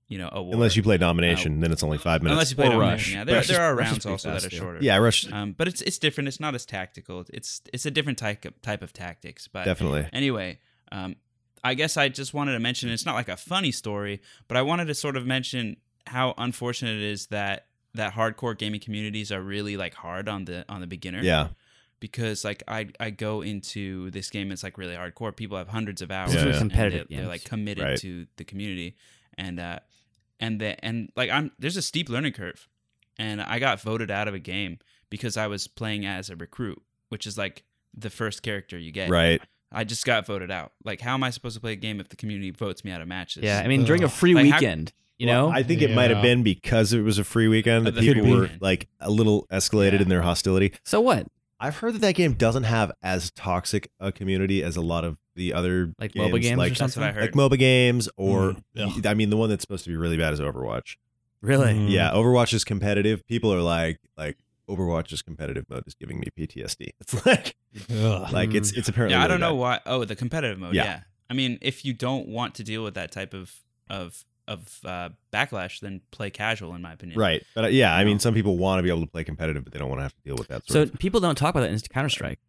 Speaker 4: you know, award.
Speaker 1: Unless you play Domination, then it's only five minutes.
Speaker 4: unless you play
Speaker 3: Or
Speaker 4: Domination,
Speaker 3: Rush.
Speaker 4: yeah, there,
Speaker 1: Rush
Speaker 4: there
Speaker 1: is-
Speaker 4: are
Speaker 3: Rush is
Speaker 4: rounds
Speaker 3: pretty
Speaker 4: also that
Speaker 3: fast,
Speaker 4: are
Speaker 3: yeah.
Speaker 4: shorter.
Speaker 1: yeah, Rush.
Speaker 4: Um, but it's it's different. It's not as tactical. It's it's a different type of, type of tactics. But
Speaker 1: Definitely.
Speaker 4: anyway, um, I guess I just wanted to mention it's not like a funny story, but I wanted to sort of mention how unfortunate it is that that hardcore gaming communities are really like hard on the on the beginner.
Speaker 1: Yeah.
Speaker 4: Because like I I go into this game, it's like really hardcore. People have hundreds of hours.
Speaker 1: Yeah,
Speaker 4: and
Speaker 1: yeah.
Speaker 3: Competitive
Speaker 4: They're, they're
Speaker 3: games.
Speaker 4: like committed
Speaker 1: Right.
Speaker 4: to the community, and uh, and the and like I'm there's a steep learning curve, and I got voted out of a game because I was playing as a recruit, which is like the first character you get.
Speaker 1: Right.
Speaker 4: I just got voted out. Like, how am I supposed to play a game if the community votes me out of matches?
Speaker 3: Yeah, I mean during a
Speaker 2: Ugh.
Speaker 3: free
Speaker 4: Like, how-
Speaker 3: weekend, you
Speaker 1: Well,
Speaker 3: know.
Speaker 1: I think it might have
Speaker 2: Yeah.
Speaker 1: been because it was a free weekend
Speaker 4: Uh,
Speaker 1: that
Speaker 4: the free
Speaker 1: people were
Speaker 4: weekend.
Speaker 1: like a little escalated
Speaker 4: Yeah.
Speaker 1: in their hostility.
Speaker 3: so what?
Speaker 1: I've heard that that game doesn't have as toxic a community as a lot of the other
Speaker 3: Like
Speaker 1: games,
Speaker 3: MOBA games
Speaker 1: like,
Speaker 3: or
Speaker 4: that's
Speaker 3: something?
Speaker 4: what I heard.
Speaker 1: like MOBA games, or
Speaker 4: Mm-hmm.
Speaker 2: Mm, yeah.
Speaker 1: I mean, the one that's supposed to be really bad is Overwatch.
Speaker 3: Really?
Speaker 4: Mm-hmm.
Speaker 2: Mm.
Speaker 1: Yeah, Overwatch is competitive. People are like, like Overwatch is competitive mode is giving me PTSD. It's like,
Speaker 2: Ugh.
Speaker 1: like it's it's apparently.
Speaker 4: yeah, I
Speaker 1: really
Speaker 4: don't know
Speaker 1: bad.
Speaker 4: why. Oh, the competitive mode.
Speaker 1: Yeah.
Speaker 4: Yeah. I mean, if you don't want to deal with that type of of of uh, backlash, then play casual, in my opinion.
Speaker 1: Right, but uh, yeah, I
Speaker 4: No.
Speaker 1: mean, some people want to be able to play competitive, but they don't want to have to deal with that
Speaker 3: So
Speaker 1: sort of.
Speaker 3: people don't talk about that in Counter Strike.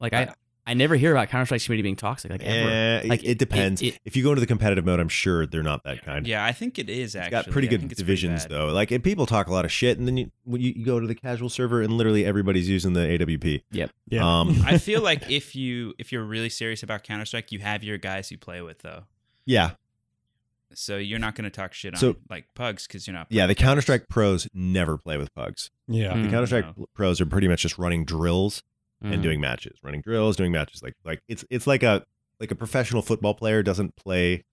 Speaker 3: Like
Speaker 4: Uh,
Speaker 3: I, I never hear about Counter Strike community being toxic. Like ever.
Speaker 1: Eh, it-
Speaker 3: Like,
Speaker 1: it, depends.
Speaker 3: it- it-
Speaker 1: if you go into the competitive mode, I'm sure they're not that kind.
Speaker 4: Yeah, I think it
Speaker 1: It's
Speaker 4: is actually.
Speaker 1: got pretty
Speaker 4: I
Speaker 1: good
Speaker 4: think it's
Speaker 1: divisions
Speaker 4: bad.
Speaker 1: though. Like, and people talk a lot of shit, and then you, when you, you go to the casual server, and literally everybody's using the AWP.
Speaker 2: Yeah.
Speaker 1: Um,
Speaker 4: I feel like if you if you're really serious about Counter Strike, you have your guys you play with though.
Speaker 1: Yeah,
Speaker 4: So you're not going to talk shit on
Speaker 1: So-
Speaker 4: like pugs because you're not.
Speaker 1: yeah.
Speaker 4: playing
Speaker 1: The
Speaker 4: with pugs.
Speaker 1: Counter Strike pros never play with pugs.
Speaker 2: yeah.
Speaker 1: The
Speaker 3: Mm,
Speaker 1: Counter Strike
Speaker 4: no.
Speaker 1: pros are pretty much just running drills and
Speaker 3: Mm.
Speaker 1: doing matches, running drills, doing matches. Like, like it's it's like a like a professional football player doesn't play.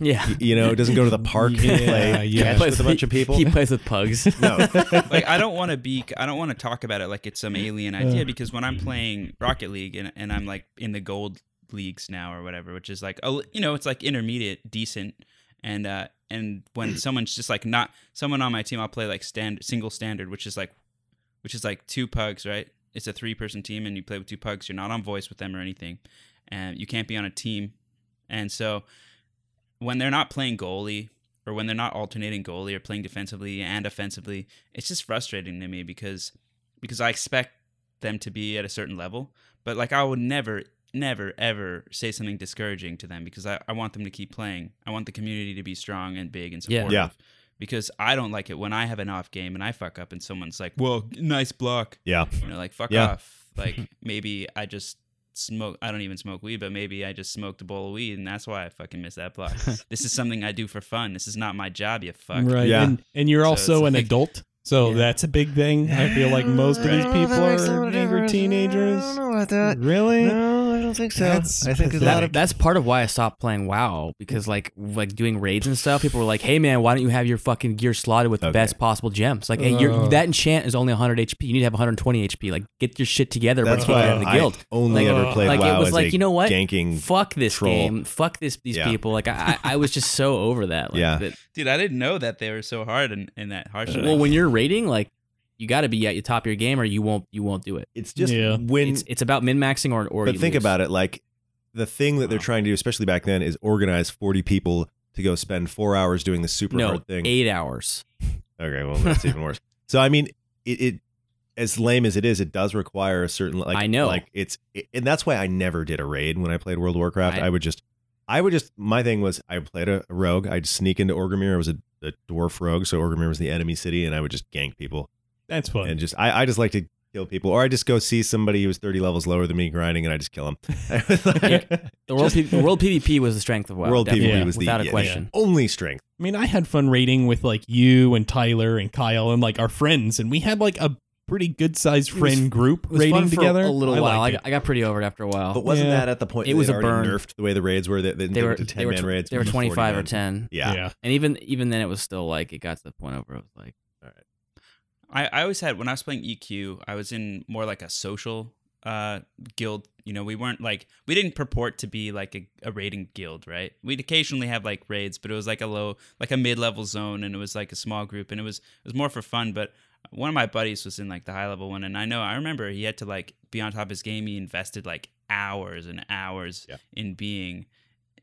Speaker 3: yeah.
Speaker 1: y- You know, doesn't go to the park and
Speaker 2: Yeah,
Speaker 1: play
Speaker 2: yeah.
Speaker 1: catch with a bunch of people.
Speaker 3: He plays with pugs.
Speaker 1: no,
Speaker 4: like I don't want to be I don't want to talk about it like it's some alien idea because when I'm playing Rocket League and, and I'm like in the gold leagues now or whatever, which is like oh you know it's like intermediate decent and uh and when someone's just like not someone on my team I'll play like stand single standard which is like which is like two pugs right it's a three person team and you play with two pugs you're not on voice with them or anything and you can't be on a team and so when they're not playing goalie or when they're not alternating goalie or playing defensively and offensively, it's just frustrating to me because because I expect them to be at a certain level. But like I would never, never, ever say something discouraging to them because I, I want them to keep playing. I want the community to be strong and big and
Speaker 3: Yeah.
Speaker 4: supportive.
Speaker 1: Yeah.
Speaker 4: Because I don't like it when I have an off game and I fuck up and someone's like, Well, nice block.
Speaker 1: yeah,
Speaker 4: You know, like fuck
Speaker 1: Yeah.
Speaker 4: off. Like maybe I just smoke I don't even smoke weed, but maybe I just smoked a bowl of weed and that's why I fucking missed that block. this is something I do for fun. This is not my job, you fuck.
Speaker 2: Right.
Speaker 1: Yeah.
Speaker 2: And, and you're
Speaker 4: So
Speaker 2: also
Speaker 4: it's
Speaker 2: an
Speaker 4: like-
Speaker 2: adult. So
Speaker 3: Yeah.
Speaker 2: that's a big thing. I feel like most of these people are eager teenagers. Really?
Speaker 1: No, I don't think
Speaker 2: so. That's I think there's a lot
Speaker 3: That- that's part of why I stopped playing WoW because like like doing raids and stuff, people were like, "Hey man, why don't you have your fucking gear slotted with the
Speaker 1: Okay.
Speaker 3: best possible gems? Like, hey, your
Speaker 4: Uh.
Speaker 2: Ugh.
Speaker 3: that enchant is only 100 HP. You need to have 120 HP. Like, get your shit together.
Speaker 1: That's
Speaker 3: before you
Speaker 1: why
Speaker 3: get out of the
Speaker 1: I
Speaker 3: guild.
Speaker 1: only
Speaker 2: Like-
Speaker 1: ever played
Speaker 3: like, it
Speaker 1: WoW
Speaker 3: was
Speaker 1: as
Speaker 3: like,
Speaker 1: a
Speaker 3: you know what?
Speaker 1: ganking.
Speaker 3: Fuck this
Speaker 1: troll.
Speaker 3: game. Fuck this these
Speaker 1: Yeah.
Speaker 3: people. Like, I, I I was just so over that. Like,
Speaker 1: Yeah.
Speaker 3: that-
Speaker 4: Dude, I didn't know that they were so hard and, and that harsh.
Speaker 3: well, when you're raiding, like, you got to be at your top of your game, or you won't you won't do it.
Speaker 1: It's just
Speaker 2: Yeah.
Speaker 1: when
Speaker 3: it's it's about min maxing or or.
Speaker 1: but
Speaker 3: you
Speaker 1: think
Speaker 3: lose. Uh-huh.
Speaker 1: about it like the thing that they're
Speaker 4: Wow.
Speaker 1: trying to do especially back then is organize 40 people to go spend four hours doing this super
Speaker 3: No,
Speaker 1: hard thing
Speaker 3: eight hours.
Speaker 1: okay well that's even worse so i mean it, it as lame as it is it does require a certain like
Speaker 3: I know.
Speaker 1: like it's it, and that's why i never did a raid when i played world of warcraft i,
Speaker 3: I-
Speaker 1: would just i would just my thing was i played a, a rogue i'd sneak into orgrimmar it was a, a dwarf rogue so orgrimmar was the enemy city and i would just gank people
Speaker 2: That's fun.
Speaker 1: and just I, I just like to kill people, or I just go see somebody who's thirty levels lower than me grinding, and I just kill them.
Speaker 3: The world P- the world PvP was the strength of WoW.
Speaker 1: World
Speaker 3: definitely,
Speaker 1: PvP
Speaker 2: Yeah,
Speaker 1: was the,
Speaker 3: without
Speaker 1: yeah,
Speaker 3: a question.
Speaker 1: only strength.
Speaker 2: I mean, I had fun raiding with like you and Tyler and Kyle and like our friends, and we had like a pretty good sized
Speaker 3: It was-
Speaker 2: friend group
Speaker 3: It was
Speaker 2: raiding
Speaker 3: fun for
Speaker 2: together.
Speaker 3: a little
Speaker 2: I
Speaker 3: while. I
Speaker 2: liked
Speaker 3: got, I got pretty over it after a while.
Speaker 1: But wasn't
Speaker 2: Yeah.
Speaker 1: that at the point
Speaker 3: It
Speaker 1: that
Speaker 3: was
Speaker 1: they
Speaker 3: a
Speaker 1: already
Speaker 3: burn.
Speaker 1: nerfed the way the raids were? That they,
Speaker 3: they
Speaker 1: did
Speaker 3: were
Speaker 1: it to
Speaker 3: they
Speaker 1: ten
Speaker 3: were
Speaker 1: man
Speaker 3: tw-
Speaker 1: raids.
Speaker 3: they were
Speaker 1: from
Speaker 3: 25 or
Speaker 1: 49.
Speaker 3: 10
Speaker 1: Yeah.
Speaker 2: Yeah.
Speaker 3: and even even then it was still like it got to the point over it was like
Speaker 4: I, I always had when I was playing EQ, I was in more like a social uh guild. You know, we weren't like we didn't purport to be like a, a raiding guild, right? We'd occasionally have like raids, but it was like a low like a mid level zone and it was like a small group and it was it was more for fun, but one of my buddies was in like the high level one and I know I remember he had to like be on top of his game. He invested like hours and hours
Speaker 1: Yeah.
Speaker 4: in being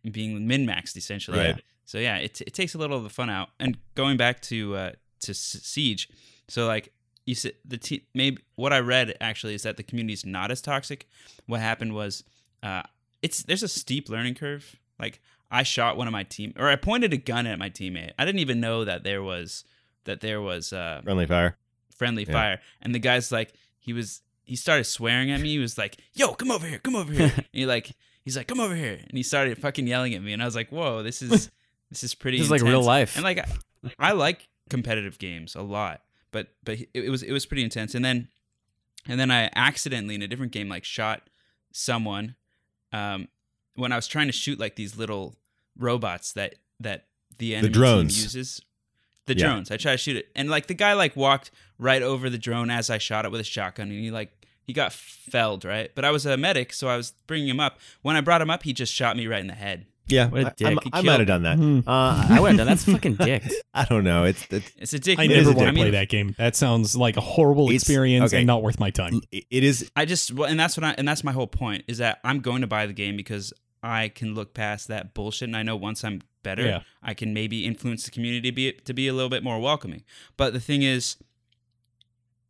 Speaker 4: in being min maxed essentially.
Speaker 1: Right.
Speaker 4: So yeah, it it takes a little of the fun out. And going back to uh to S- siege, so like you said, the te- maybe what I read actually is that the community's not as toxic. What happened was, uh, it's there's a steep learning curve. Like I shot one of my team, or I pointed a gun at my teammate. I didn't even know that there was that there was uh,
Speaker 1: Friendly fire.
Speaker 4: friendly
Speaker 1: Yeah.
Speaker 4: fire, and the guy's like he was he started swearing at me. He was like, "Yo, come over here, come over here," and he like he's like, "Come over here," and he started fucking yelling at me, and I was like, "Whoa, this is this is pretty."
Speaker 3: This is like real
Speaker 4: intense."
Speaker 3: life.
Speaker 4: and like I, I like competitive games a lot but but it, it was it was pretty intense and then and then i accidentally in a different game like shot someone um when i was trying to shoot like these little robots that that the enemy team
Speaker 1: drones.
Speaker 4: uses the
Speaker 1: Yeah.
Speaker 4: drones i tried to shoot it and like the guy like walked right over the drone as i shot it with a shotgun and he like he got felled right but i was a medic so i was bringing him up when i brought him up he just shot me right in the head
Speaker 1: Yeah,
Speaker 3: What a
Speaker 1: I- I'm-
Speaker 3: dick.
Speaker 1: I
Speaker 3: He
Speaker 1: might have
Speaker 3: killed-
Speaker 1: done that.
Speaker 2: Hmm.
Speaker 1: Uh,
Speaker 3: I would have done. That's fucking dick.
Speaker 1: I don't know. It's, it's
Speaker 4: it's a dick
Speaker 2: I
Speaker 1: It
Speaker 2: never
Speaker 1: is a
Speaker 2: want to
Speaker 1: dick.
Speaker 2: play that game. That sounds like a horrible
Speaker 1: It's-
Speaker 2: experience
Speaker 1: okay.
Speaker 2: and not worth my time.
Speaker 1: it is
Speaker 4: I just well, and that's what I and that's my whole point is that I'm going to buy the game because I can look past that bullshit and I know once I'm better,
Speaker 2: Yeah.
Speaker 4: I can maybe influence the community to be to be a little bit more welcoming. But the thing is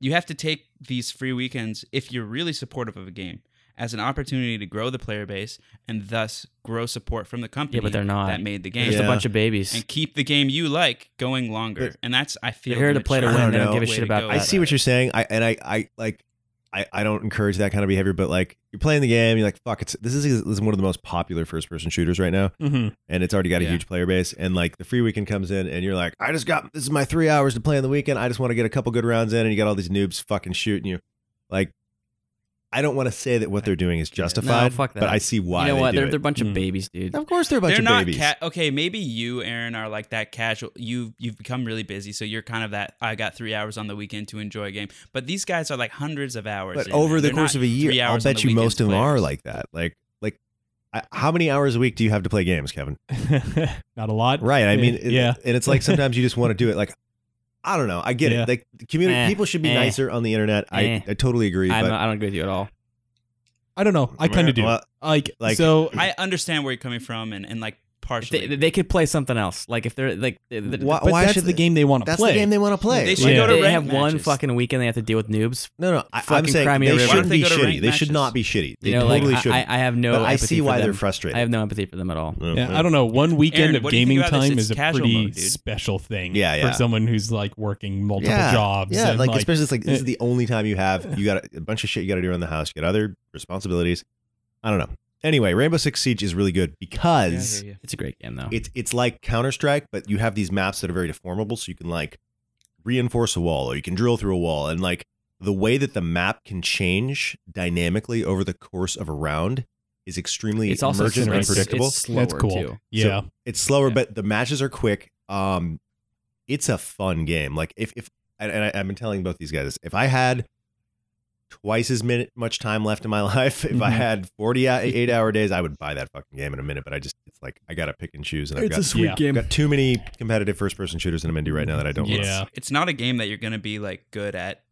Speaker 4: you have to take these free weekends if you're really supportive of a game as an opportunity to grow the player base and thus grow support from the company
Speaker 3: Yeah, but they're not.
Speaker 4: that made the game
Speaker 3: Just
Speaker 1: Yeah.
Speaker 3: a bunch of babies.
Speaker 4: and keep the game you like going longer.
Speaker 1: But-
Speaker 4: and that's I feel
Speaker 3: They're here
Speaker 4: the
Speaker 3: to play to
Speaker 1: I
Speaker 4: mature
Speaker 1: don't
Speaker 3: win. They don't
Speaker 1: know.
Speaker 3: give a
Speaker 4: way
Speaker 3: shit
Speaker 4: to
Speaker 3: about
Speaker 4: go
Speaker 1: I
Speaker 3: oh, that.
Speaker 4: about
Speaker 1: see what you're saying. I and I, I like I, I don't encourage that kind of behavior, but like you're playing the game, you're like, fuck, it's this is this is one of the most popular first person shooters right now.
Speaker 2: Mhm.
Speaker 1: And it's already got a
Speaker 4: Yeah.
Speaker 1: huge player base. And like the free weekend comes in and you're like, I just got this is my three hours to play on the weekend. I just want to get a couple good rounds in and you got all these noobs fucking shooting you. Like I don't want to say that what they're doing is justified,
Speaker 3: No, fuck that.
Speaker 1: but I see why
Speaker 3: you know
Speaker 1: they
Speaker 3: what?
Speaker 1: do
Speaker 3: They're,
Speaker 1: it. Hmm.
Speaker 3: they're a bunch of
Speaker 2: Mm.
Speaker 3: babies, dude.
Speaker 1: of course they're a bunch
Speaker 4: they're
Speaker 1: of
Speaker 4: not
Speaker 1: babies.
Speaker 4: Ca- okay, maybe you, Aaron, are like that casual. You you've become really busy, so you're kind of that. I got three hours on the weekend to enjoy a game, but these guys are like hundreds of hours.
Speaker 1: But
Speaker 4: in,
Speaker 1: over
Speaker 4: man.
Speaker 1: the
Speaker 4: They're
Speaker 1: course
Speaker 4: not
Speaker 1: of a
Speaker 4: three
Speaker 1: year, I'll
Speaker 4: hours on
Speaker 1: bet
Speaker 4: the
Speaker 1: you
Speaker 4: weekend
Speaker 1: most of them are
Speaker 4: players.
Speaker 1: like that. Like like I, how many hours a week do you have to play games, Kevin?
Speaker 2: Mm-hmm. not a lot.
Speaker 1: Right. I
Speaker 2: Yeah.
Speaker 1: mean, it-
Speaker 2: Yeah.
Speaker 1: And it's like sometimes you just want to do it. Like, I don't know. I get
Speaker 2: Yeah.
Speaker 1: it. Like, the community
Speaker 3: Eh,
Speaker 1: people should be
Speaker 3: eh,
Speaker 1: nicer on the internet.
Speaker 3: eh.
Speaker 1: I, I totally agree.
Speaker 3: I'm,
Speaker 1: but
Speaker 3: I don't agree with you at all.
Speaker 2: I don't know. I kind of do.
Speaker 1: Well,
Speaker 2: like,
Speaker 1: like-
Speaker 2: so
Speaker 4: I understand where you're coming from, and and like
Speaker 3: If
Speaker 4: partially,
Speaker 3: They, they could play something else. Like if they're like, th- th-
Speaker 1: Why-
Speaker 2: but
Speaker 1: why
Speaker 2: that's
Speaker 1: should
Speaker 2: the game they want to
Speaker 1: that's
Speaker 2: play.
Speaker 1: the game they want to play.
Speaker 4: They should
Speaker 2: Yeah.
Speaker 4: go to
Speaker 3: they
Speaker 4: rank
Speaker 3: have one
Speaker 4: matches.
Speaker 3: fucking weekend they have to deal with noobs.
Speaker 1: no, no. I, I'm
Speaker 3: Fucking
Speaker 1: saying
Speaker 3: Crimea
Speaker 1: they
Speaker 3: River.
Speaker 1: shouldn't
Speaker 4: Why
Speaker 1: be
Speaker 4: don't they go to
Speaker 1: shitty.
Speaker 4: ranked
Speaker 1: They should
Speaker 4: matches?
Speaker 1: not be shitty. They
Speaker 3: You know,
Speaker 1: totally
Speaker 3: like, I-
Speaker 1: shouldn't.
Speaker 3: I, I have no.
Speaker 1: but I
Speaker 3: empathy
Speaker 1: see
Speaker 3: for
Speaker 1: why
Speaker 3: them.
Speaker 1: they're frustrated.
Speaker 3: I have no empathy for them at all.
Speaker 1: Mm,
Speaker 2: Yeah,
Speaker 1: mm.
Speaker 2: I don't know. One weekend
Speaker 4: Aaron,
Speaker 2: of
Speaker 4: what do you think
Speaker 2: gaming
Speaker 4: about this?
Speaker 2: time
Speaker 4: It's
Speaker 2: is a
Speaker 4: casual
Speaker 2: pretty
Speaker 4: mode, dude.
Speaker 2: special thing
Speaker 1: Yeah, yeah.
Speaker 2: for someone who's like working multiple
Speaker 1: Yeah,
Speaker 2: jobs.
Speaker 1: Yeah,
Speaker 2: and,
Speaker 1: like, especially it's like this is
Speaker 2: eh.
Speaker 1: the only time you have you got a, a bunch of shit you got to do around the house. You got other responsibilities. I don't know. Anyway, Rainbow Six Siege is really good
Speaker 4: Yeah, I
Speaker 1: because
Speaker 4: hear you.
Speaker 3: It's a great game though.
Speaker 1: it's it's like Counter Strike, but you have these maps that are very deformable, so you can like reinforce a wall or you can drill through a wall, and like the way that the map can change dynamically over the course of a round is extremely
Speaker 3: It's also
Speaker 1: emergent and
Speaker 3: it's,
Speaker 1: unpredictable.
Speaker 3: It's slower
Speaker 2: That's cool.
Speaker 3: too.
Speaker 2: yeah,
Speaker 1: So it's slower,
Speaker 4: Yeah.
Speaker 1: but the matches are quick. Um, it's a fun game. Like if if and, and I, I've been telling both these guys, if I had twice as minute, much time left in my life, if I
Speaker 3: Mm-hmm.
Speaker 2: Mhm.
Speaker 1: had forty hou- eight hour days, I would buy that fucking game in a minute. But I just it's like I gotta pick and choose, and I've got,
Speaker 2: sweet Yeah.
Speaker 1: I've got too many competitive first person shooters in a Mindy right now that I don't.
Speaker 2: Yeah.
Speaker 4: It's, it's not a game that you're gonna be like good at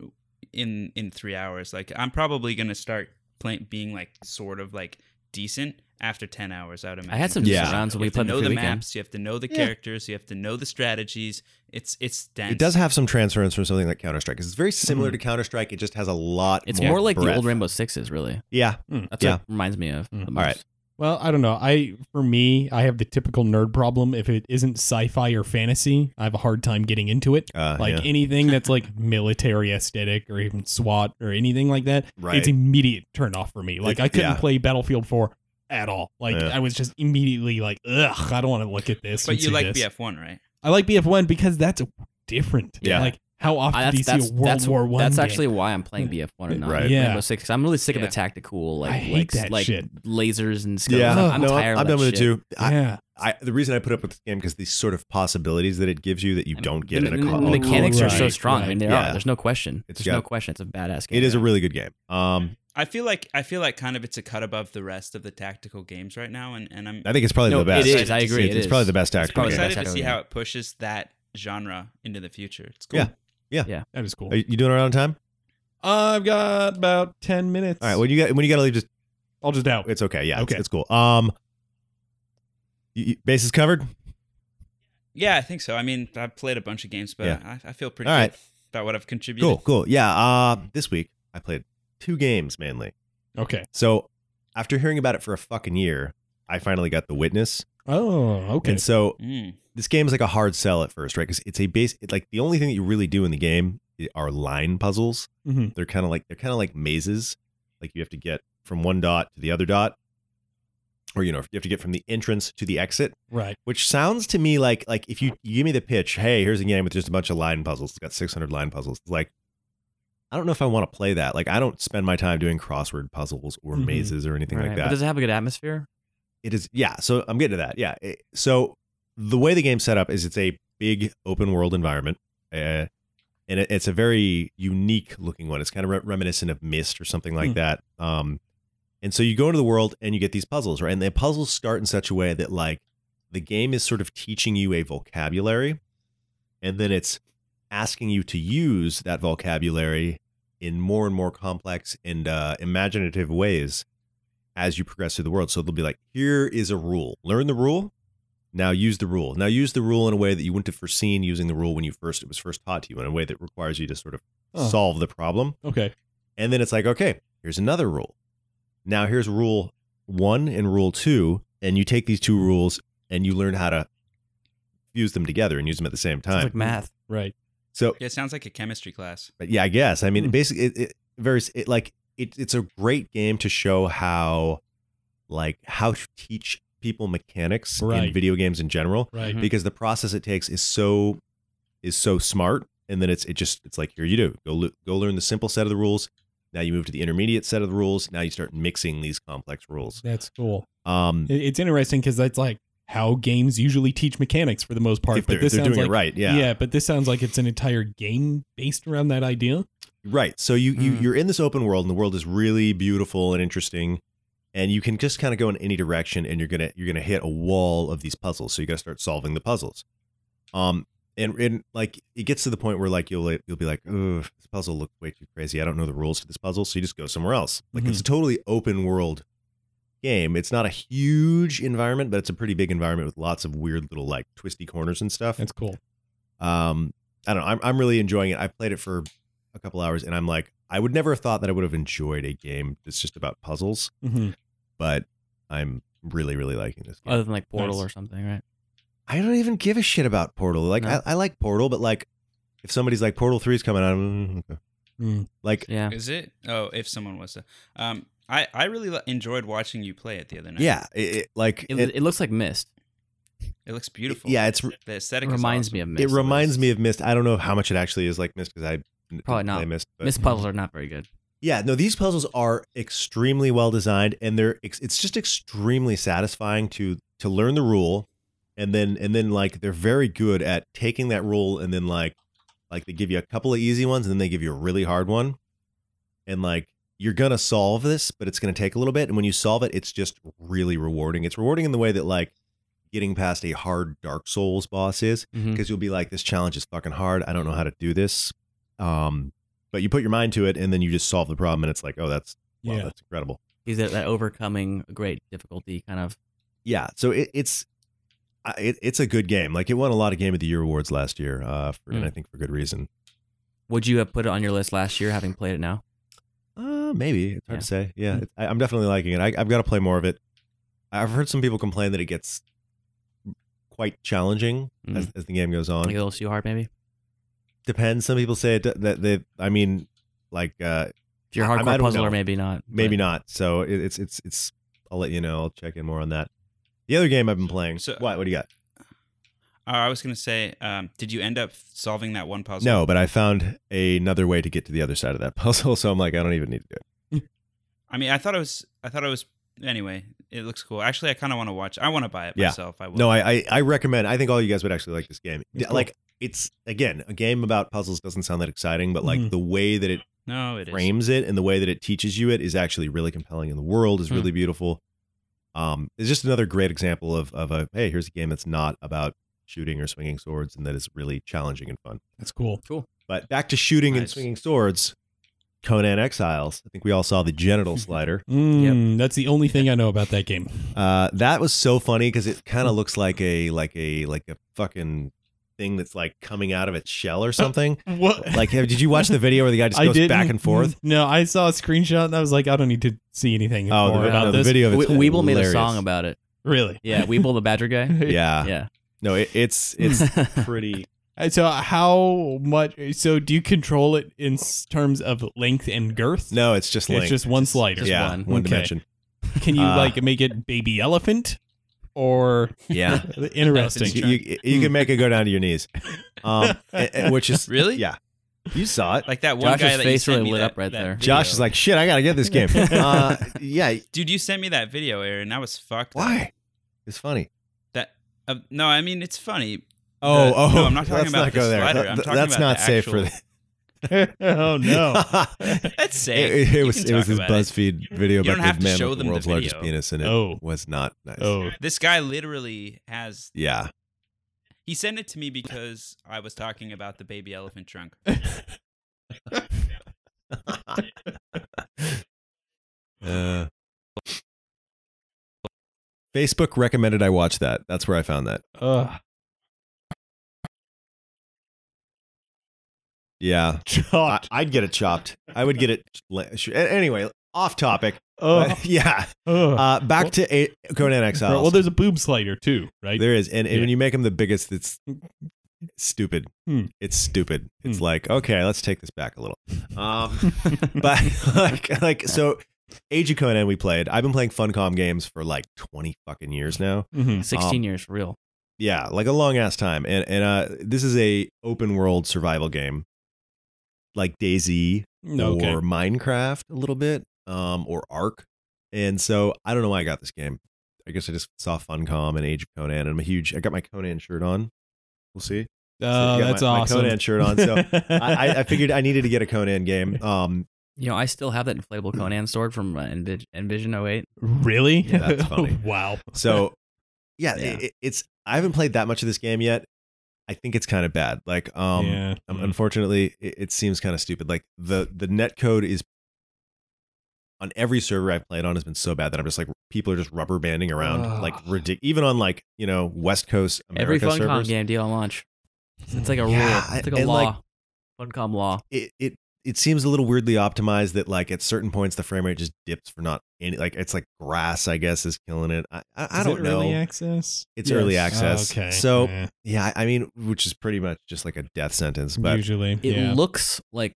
Speaker 4: in in three hours. Like I'm probably gonna start playing being like sort of like decent after ten hours. I would imagine.
Speaker 3: I had some
Speaker 1: Yeah.
Speaker 3: decent rounds when we
Speaker 4: You have
Speaker 3: played
Speaker 4: to
Speaker 3: the
Speaker 4: know
Speaker 3: free
Speaker 4: the
Speaker 3: weekend.
Speaker 4: maps. You have to know the
Speaker 1: Yeah.
Speaker 4: characters. You have to know the strategies. It's it's dense.
Speaker 1: It does have some transference from something like Counter Strike. It's very similar to Counter Strike. It just has a lot.
Speaker 3: Mm-hmm. It's
Speaker 1: more,
Speaker 3: more like the
Speaker 1: breadth.
Speaker 3: old Rainbow Sixes, really.
Speaker 1: Yeah,
Speaker 3: That's
Speaker 1: Yeah.
Speaker 3: what it reminds me of.
Speaker 2: Mm.
Speaker 3: the
Speaker 1: All right.
Speaker 3: most.
Speaker 2: Hmm. Well, I don't know. I for me, I have the typical nerd problem. If it isn't sci-fi or fantasy, I have a hard time getting into it.
Speaker 1: uh,
Speaker 2: Like
Speaker 1: yeah.
Speaker 2: anything that's like military aesthetic or even SWAT or anything like that,
Speaker 1: right.
Speaker 2: it's immediate turn off for me. Like I couldn't
Speaker 1: yeah.
Speaker 2: play Battlefield 4 at all. Like
Speaker 1: Yeah.
Speaker 2: I was just immediately like, ugh, I don't want to look at this.
Speaker 4: But
Speaker 2: and
Speaker 4: you
Speaker 2: see
Speaker 4: like
Speaker 2: this.
Speaker 4: BF1, right?
Speaker 2: I like BF1 because that's different.
Speaker 1: Yeah.
Speaker 2: Like how often
Speaker 3: I,
Speaker 2: do you
Speaker 3: Uh, Ah, that's
Speaker 2: see a
Speaker 3: that's,
Speaker 2: World
Speaker 3: that's,
Speaker 2: War One?
Speaker 3: that's
Speaker 2: game?
Speaker 3: actually why I'm playing BF one and not
Speaker 1: Right.
Speaker 2: Yeah.
Speaker 3: Rainbow Six. 'cause I'm really sick of
Speaker 4: Yeah.
Speaker 3: the tactical, like
Speaker 2: I hate
Speaker 3: like,
Speaker 2: that
Speaker 3: like
Speaker 2: shit.
Speaker 3: lasers and stuff.
Speaker 1: yeah,
Speaker 3: I'm, I'm
Speaker 1: no,
Speaker 3: tired.
Speaker 1: I'm
Speaker 3: of
Speaker 1: done
Speaker 3: that
Speaker 1: with it
Speaker 3: shit.
Speaker 1: too. I-
Speaker 2: yeah.
Speaker 1: I the reason I put up with this game because these sort of possibilities that it gives you that you don't get
Speaker 3: the,
Speaker 1: in a
Speaker 3: the-
Speaker 1: co-
Speaker 3: the mechanics are so
Speaker 2: Right,
Speaker 3: strong. I
Speaker 2: right.
Speaker 3: mean, there
Speaker 1: Yeah.
Speaker 3: are. There's no question.
Speaker 1: It's
Speaker 3: There's
Speaker 1: got-
Speaker 3: no question. It's a badass game.
Speaker 1: It is a really good game. Um,
Speaker 4: I feel like I feel like kind of it's a cut above the rest of the tactical games right now, and and I'm
Speaker 1: I think it's probably
Speaker 3: No,
Speaker 1: the best.
Speaker 3: It is. I
Speaker 4: It's-
Speaker 3: agree.
Speaker 1: it's
Speaker 3: it is.
Speaker 1: probably the best
Speaker 3: It's
Speaker 1: tactical
Speaker 4: I'm
Speaker 3: probably
Speaker 1: game.
Speaker 3: the
Speaker 4: excited to
Speaker 3: best
Speaker 4: see
Speaker 3: tactical
Speaker 4: how
Speaker 3: game.
Speaker 4: it pushes that genre into the future. It's cool.
Speaker 1: Yeah.
Speaker 2: That is cool.
Speaker 1: Are you you doing it on time?
Speaker 2: I've got about ten minutes.
Speaker 1: All right. When you got when you got to leave, just
Speaker 2: I'll just out.
Speaker 1: it's okay. Yeah.
Speaker 2: Okay.
Speaker 1: It's, it's cool. Um, you, you- bases covered.
Speaker 4: Yeah, I think so. I mean, I've played a bunch of games, but
Speaker 1: Yeah.
Speaker 4: I, I feel pretty
Speaker 1: All right.
Speaker 4: good about what I've contributed.
Speaker 1: Cool. Cool. Yeah. Uh, this week I played two games mainly.
Speaker 2: Okay.
Speaker 1: So after hearing about it for a fucking year, I finally got The Witness,
Speaker 2: Oh, okay.
Speaker 1: and so
Speaker 4: Mm.
Speaker 1: this game is like a hard sell at first, right? Because it's a base. It, like the only thing that you really do in the game are line puzzles.
Speaker 2: hmm
Speaker 1: They're kind of like they're kind of like mazes. Like you have to get from one dot to the other dot, or you know, you have to get from the entrance to the exit.
Speaker 2: Right.
Speaker 1: Which sounds to me like like if you, you give me the pitch, hey, here's a game with just a bunch of line puzzles. It's got 600 line puzzles. It's like I don't know if I want to play that. Like I don't spend my time doing crossword puzzles or
Speaker 2: Mhm.
Speaker 1: mazes or anything like
Speaker 3: Right.
Speaker 1: that
Speaker 3: But does it have a good atmosphere?
Speaker 1: it is yeah so i'm getting to that yeah It- so the way the game's set up is it's a big open world environment uh, and it, it's a very unique looking one it's kind of re- reminiscent of mist or something like
Speaker 2: Hmm.
Speaker 1: that um and so you go into the world and you get these puzzles right and the puzzles start in such a way that like the game is sort of teaching you a vocabulary and then it's asking you to use that vocabulary in more and more complex and uh, imaginative ways as you progress through the world. So they'll be like, here is a rule. Learn the rule. Now use the rule. Now use the rule in a way that you wouldn't have foreseen using the rule when you first it was first taught to you in a way that requires you to sort of
Speaker 2: Huh.
Speaker 1: solve the problem.
Speaker 2: Okay.
Speaker 1: And then it's like, okay, here's another rule. Now here's rule one and rule two, and you take these two rules and you learn how to fuse them together and use them at the same
Speaker 3: It's
Speaker 1: time.
Speaker 3: like math.
Speaker 2: Right.
Speaker 1: so
Speaker 4: Yeah, it sounds like a chemistry class.
Speaker 1: but yeah, I guess. I mean,
Speaker 2: Hmm.
Speaker 1: basically, it, it very it, like it, it's a great game to show how like how to teach people mechanics in
Speaker 2: Right. Hmm.
Speaker 1: video games in general
Speaker 2: Right.
Speaker 3: Mhm.
Speaker 1: because the process it takes is so is so smart and then it's it just it's like here you do go le- go learn the simple set of the rules now you move to the intermediate set of the rules now you start mixing these complex
Speaker 3: Mm-hmm.
Speaker 1: rules
Speaker 2: That's cool.
Speaker 1: um
Speaker 2: It- It's interesting because that's like how games usually teach mechanics for the most part.
Speaker 1: if they're,
Speaker 2: but this
Speaker 1: if they're
Speaker 2: sounds
Speaker 1: doing
Speaker 2: like
Speaker 1: it right yeah
Speaker 2: but this sounds like it's an entire game based around that idea.
Speaker 1: Right. So you, you
Speaker 3: Mm.
Speaker 1: you're in this open world, and the world is really beautiful and interesting, and you can just kind of go in any direction, and you're gonna you're gonna hit a wall of these puzzles. So you got to start solving the puzzles. Um, and and like it gets to the point where like you'll you'll be like, oh, this puzzle looked way too crazy. I don't know the rules to this puzzle, so you just go somewhere else. Like it's a totally open world game. It's not a huge environment, but it's a pretty big environment with lots of weird little like twisty corners and stuff.
Speaker 2: That's cool.
Speaker 1: Um, I don't know. I'm, I'm really enjoying it. I played it for a couple hours and I'm like, I would never have thought that I would have enjoyed a game that's just about puzzles,
Speaker 2: Mm-hmm.
Speaker 1: but I'm really, really liking this game.
Speaker 3: Other than like Portal
Speaker 2: Nice.
Speaker 3: or something, right?
Speaker 1: I don't even give a shit about Portal. Like,
Speaker 3: No.
Speaker 1: I, I like Portal, but like, if somebody's like, Portal 3 is coming out, I'm, mm, okay.
Speaker 2: Mm.
Speaker 1: like,
Speaker 3: Yeah.
Speaker 4: Is it? Oh, if someone was to. Um, I, I really li- enjoyed watching you play it the other night.
Speaker 1: yeah, it, it- like,
Speaker 3: It,
Speaker 1: it-
Speaker 3: it looks like Mist.
Speaker 4: It looks beautiful.
Speaker 1: yeah, it's,
Speaker 4: The aesthetic
Speaker 3: It reminds
Speaker 4: is
Speaker 3: me of Mist.
Speaker 1: it reminds me of Mist. I don't know how much it actually is like Mist because I didn't play
Speaker 3: Probably not.
Speaker 1: Mist, but
Speaker 3: Mist puzzles are not very good.
Speaker 1: Yeah, no, these puzzles are extremely well designed, and they're ex- it's just extremely satisfying to to learn the rule, and then and then like they're very good at taking that rule and then like like they give you a couple of easy ones and then they give you a really hard one, and like you're gonna solve this, but it's gonna take a little bit, and when you solve it, it's just really rewarding. It's rewarding in the way that like getting past a hard Dark Souls boss is,
Speaker 3: Mhm.
Speaker 1: because you'll be like, this challenge is fucking hard. I don't know how to do this. Um, but you put your mind to it, and then you just solve the problem, and it's like, oh, that's wow,
Speaker 2: Yeah.
Speaker 1: that's incredible.
Speaker 3: He's that, that overcoming great difficulty kind of.
Speaker 1: Yeah. So it, it's I- it, it's a good game. Like it won a lot of Game of the Year awards last year, uh, for, and
Speaker 3: Mm.
Speaker 1: I think for good reason.
Speaker 3: Would you have put it on your list last year, having played it now?
Speaker 1: Uh, maybe it's hard
Speaker 3: Yeah.
Speaker 1: to say. Yeah,
Speaker 3: Mm.
Speaker 1: it's- I, I'm definitely liking it. I, I've got to play more of it. I've heard some people complain that it gets quite challenging as,
Speaker 3: Mm.
Speaker 1: as the game goes on.
Speaker 3: Like a little too hard, maybe.
Speaker 1: Depends. Some people say it, d- that they. I mean, like uh,
Speaker 3: If you're a
Speaker 1: I- I
Speaker 3: hardcore
Speaker 1: don't
Speaker 3: puzzler,
Speaker 1: know.
Speaker 3: maybe not. but-
Speaker 1: Maybe not. So it, it's it's it's. I'll let you know. I'll check in more on that. The other game I've been playing.
Speaker 4: So-
Speaker 1: what? What do you got?
Speaker 4: Uh, I was going to say, um, did you end up solving that one puzzle?
Speaker 1: No, but I found another way to get to the other side of that puzzle. So I'm like, I don't even need to do it.
Speaker 4: I mean, I thought it was I thought it was anyway, it looks cool. Actually, I kind of want to watch. I want to buy it
Speaker 1: Yeah.
Speaker 4: myself. I will.
Speaker 1: No, I, I I recommend. I think all you guys would actually like this game.
Speaker 2: It's cool.
Speaker 1: Like it's again a game about puzzles doesn't sound that exciting, but like
Speaker 2: Mhm.
Speaker 1: the way that it
Speaker 4: no, it is.
Speaker 1: frames it and the way that it teaches you it is actually really compelling. And the world is
Speaker 3: Hmm.
Speaker 1: really beautiful. Um, it's just another great example of of a hey, here's a game that's not about shooting or swinging swords and that is really challenging and fun.
Speaker 2: That's cool.
Speaker 1: But back to shooting and
Speaker 4: Nice.
Speaker 1: swinging swords, Conan Exiles. I think we all saw the genital slider.
Speaker 2: Mm, That's the only thing I know about that game.
Speaker 1: Uh, that was so funny because it kind of looks like a like a like a fucking thing that's like coming out of its shell or something.
Speaker 2: What?
Speaker 1: like, have- did you watch the video where the guy just goes
Speaker 2: didn't-
Speaker 1: back and forth?
Speaker 2: No, I saw a screenshot and I was like, I don't need to see anything
Speaker 1: Oh,
Speaker 2: more
Speaker 1: the,
Speaker 2: about
Speaker 1: no, the
Speaker 2: this.
Speaker 1: video of
Speaker 3: We-
Speaker 1: it's
Speaker 3: Weeble made a
Speaker 1: hilarious.
Speaker 3: song about it.
Speaker 2: Really?
Speaker 3: Yeah, Weeble the Badger guy.
Speaker 1: Yeah,
Speaker 3: Yeah.
Speaker 1: no, it, it's it's pretty.
Speaker 2: And Uh, So how much? So do you control it in s- terms of length and girth?
Speaker 1: No, it's just
Speaker 2: it's
Speaker 1: linked.
Speaker 2: just one slider.
Speaker 3: just
Speaker 1: yeah,
Speaker 3: one.
Speaker 1: one
Speaker 2: Okay.
Speaker 1: dimension.
Speaker 2: Can you
Speaker 1: Uh,
Speaker 2: like make it baby elephant or
Speaker 1: Yeah,
Speaker 2: interesting?
Speaker 1: you, you, you can make it go down to your knees, um, and- and- which is
Speaker 4: Really?
Speaker 1: yeah. You saw it.
Speaker 4: Like that one
Speaker 3: Josh's
Speaker 4: guy that you
Speaker 3: face
Speaker 4: sent
Speaker 3: really
Speaker 4: me
Speaker 3: lit
Speaker 4: that-
Speaker 3: up right
Speaker 4: that
Speaker 3: there.
Speaker 1: Josh
Speaker 4: video.
Speaker 1: is like, shit, I gotta get this game. Uh, yeah,
Speaker 4: dude, you sent me that video, Aaron. That was fucked. up.
Speaker 1: why? It's funny.
Speaker 4: That uh, no, I mean it's funny.
Speaker 1: Oh,
Speaker 4: The-
Speaker 1: oh,
Speaker 4: no, I'm not talking
Speaker 1: let's
Speaker 4: about
Speaker 1: not go
Speaker 4: the
Speaker 1: there.
Speaker 4: slider.
Speaker 1: Th-
Speaker 4: I'm
Speaker 1: th-
Speaker 4: talking
Speaker 1: that's
Speaker 4: about
Speaker 1: not
Speaker 4: the
Speaker 1: safe for
Speaker 4: actual-
Speaker 1: this.
Speaker 2: oh no!
Speaker 4: That's safe.
Speaker 1: It, it
Speaker 4: You
Speaker 1: was
Speaker 4: can
Speaker 1: it was
Speaker 4: talk
Speaker 1: this
Speaker 4: about it.
Speaker 1: BuzzFeed video
Speaker 4: You
Speaker 1: about
Speaker 4: don't have
Speaker 1: this
Speaker 4: to
Speaker 1: man
Speaker 4: show
Speaker 1: with the
Speaker 4: them the
Speaker 1: world's largest
Speaker 4: video.
Speaker 1: penis, and it
Speaker 2: Oh,
Speaker 1: was not nice.
Speaker 2: oh,
Speaker 4: This guy literally has.
Speaker 1: Yeah,
Speaker 4: He sent it to me because I was talking about the baby elephant trunk.
Speaker 1: Uh, Facebook recommended I watch that. That's where I found that.
Speaker 2: Ugh.
Speaker 1: Yeah, I,
Speaker 2: Chopped.
Speaker 1: I'd get it chopped. I would get it. le- sh- Anyway, off topic.
Speaker 2: Ugh.
Speaker 1: But, yeah,
Speaker 2: Ugh.
Speaker 1: uh, back to a- Conan Exiles.
Speaker 2: well, there's a boob slider too, right?
Speaker 1: There is, and, and when
Speaker 2: Yeah.
Speaker 1: you make them the biggest, it's stupid.
Speaker 2: Hmm.
Speaker 1: It's stupid. It's
Speaker 2: Hmm.
Speaker 1: like okay, let's take this back a little. Um, but like, like so, Age of Conan we played. I've been playing Funcom games for like twenty fucking years now.
Speaker 2: Mhm.
Speaker 3: Sixteen
Speaker 1: Um,
Speaker 3: years, real.
Speaker 1: Yeah, like a long ass time. And and uh, this is a open world survival game, like Daisy
Speaker 2: Okay.
Speaker 1: or Minecraft a little bit, um, or Ark. And so I don't know why I got this game. I guess I just saw Funcom and Age of Conan, and I'm a huge. I got my Conan shirt on. We'll see.
Speaker 2: Oh,
Speaker 1: you got
Speaker 2: that's
Speaker 1: my- my
Speaker 2: awesome.
Speaker 1: Conan shirt on, so I, I- I figured I needed to get a Conan game. Um,
Speaker 3: You know, I still have that
Speaker 1: Mm.
Speaker 3: inflatable Conan sword from uh, Envi- Envision 08.
Speaker 2: really?
Speaker 1: Yeah, that's funny.
Speaker 2: wow.
Speaker 1: so yeah,
Speaker 3: Yeah.
Speaker 1: It, it's I haven't played that much of this game yet. I think it's kind of bad. Like, um,
Speaker 2: yeah. Mm.
Speaker 1: um, unfortunately, it, it seems kind of stupid. Like the the net code is on every server I've played on has been so bad that I'm just like people are just rubber banding around
Speaker 2: Ugh.
Speaker 1: like ridiculous. Even on like you know West Coast
Speaker 3: Every
Speaker 1: America
Speaker 3: Funcom
Speaker 1: servers,
Speaker 3: game deal launch. It's like a
Speaker 1: Yeah,
Speaker 3: rule. It's like a
Speaker 1: and, like-
Speaker 3: law. Funcom law.
Speaker 1: it it it seems a little weirdly optimized that like at certain points the frame rate just dips for not any like it's like grass I guess is killing it. I I, I
Speaker 2: Is
Speaker 1: don't
Speaker 2: it
Speaker 1: know.
Speaker 2: Early access.
Speaker 1: It's early
Speaker 2: Yes. Oh,
Speaker 1: access.
Speaker 2: okay.
Speaker 1: So-
Speaker 2: Yeah.
Speaker 1: yeah, I I mean, which is pretty much just like a death sentence, but.
Speaker 2: usually,
Speaker 3: It
Speaker 2: yeah.
Speaker 3: looks like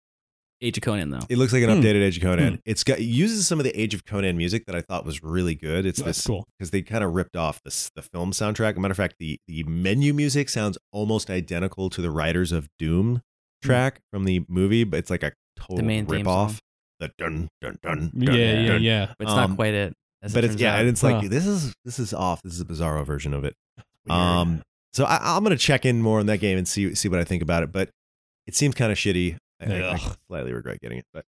Speaker 3: Age of Conan though.
Speaker 1: It looks like an
Speaker 2: Hmm.
Speaker 1: updated Age of Conan.
Speaker 2: Hmm.
Speaker 1: It's got it uses some of the Age of Conan music that I thought was really good. It's
Speaker 2: that's
Speaker 1: this
Speaker 2: cool.
Speaker 1: because they kind of ripped off this the film soundtrack. Matter of fact, the the menu music sounds almost identical to the writers of Doom track from the movie, but it's like a total
Speaker 3: Mm. The main theme
Speaker 1: rip off. The dun dun dun.
Speaker 2: Yeah,
Speaker 1: dun,
Speaker 2: yeah,
Speaker 1: dun.
Speaker 2: yeah.
Speaker 3: But it's
Speaker 1: Um,
Speaker 3: not quite it. as it
Speaker 1: But it's
Speaker 3: turns
Speaker 1: yeah,
Speaker 3: out.
Speaker 1: and it's like
Speaker 2: Huh.
Speaker 1: this is this is off. This is a bizarro version of it. Um, so I, I'm gonna check in more on that game and see see what I think about it. But it seems kind of shitty. I, I, I
Speaker 2: Ugh.
Speaker 1: slightly regret getting it, but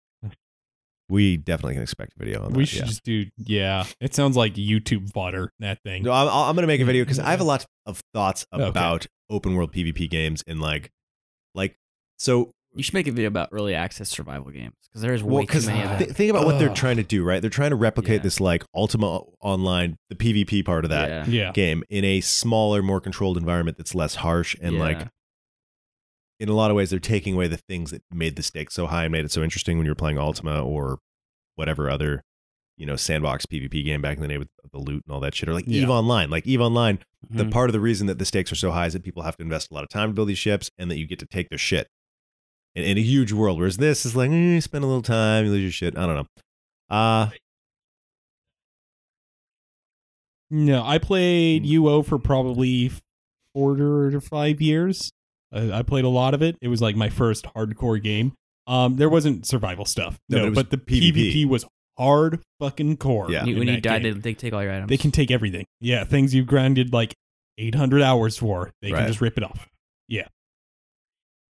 Speaker 1: we definitely can expect a video on that.
Speaker 2: we should
Speaker 1: yeah.
Speaker 2: just do. Yeah, it sounds like YouTube fodder. That thing.
Speaker 1: No, I'm, I'm gonna make a video because I have a lot of thoughts
Speaker 2: Okay.
Speaker 1: about open world PvP games and like, like so.
Speaker 3: you should make a video about early access survival games because there's way
Speaker 1: Well,
Speaker 3: too
Speaker 1: because
Speaker 3: many of
Speaker 1: th-
Speaker 3: them.
Speaker 1: think about what they're
Speaker 2: Ugh.
Speaker 1: trying to do, right? They're trying to replicate
Speaker 3: Yeah.
Speaker 1: this like Ultima Online, the PvP part of that
Speaker 3: Yeah.
Speaker 2: Yeah.
Speaker 1: game, in a smaller, more controlled environment that's less harsh and
Speaker 3: Yeah.
Speaker 1: like in a lot of ways they're taking away the things that made the stakes so high and made it so interesting when you were playing Ultima or whatever other you know sandbox PvP game back in the day with the loot and all that shit or like
Speaker 2: Yeah.
Speaker 1: Eve Online like Eve Online the
Speaker 3: Mhm.
Speaker 1: part of the reason that the stakes are so high is that people have to invest a lot of time to build these ships and that you get to take their shit in, in a huge world whereas this is like eh, you spend a little time you lose your shit I don't know uh
Speaker 2: No, I played
Speaker 1: Mm.
Speaker 2: UO for probably four to five years. I, I played a lot of it. It was like my first hardcore game. Um, there wasn't survival stuff.
Speaker 1: No,
Speaker 2: No,
Speaker 1: but it was
Speaker 2: but the
Speaker 1: PvP.
Speaker 2: PvP was hard fucking core.
Speaker 1: Yeah.
Speaker 3: You-
Speaker 2: in
Speaker 3: when you
Speaker 2: that
Speaker 3: die,
Speaker 2: game.
Speaker 3: they, they take all your items.
Speaker 2: they can take everything. Yeah, things you've grinded like 800 hours for, they
Speaker 1: Right.
Speaker 2: can just rip it off. Yeah.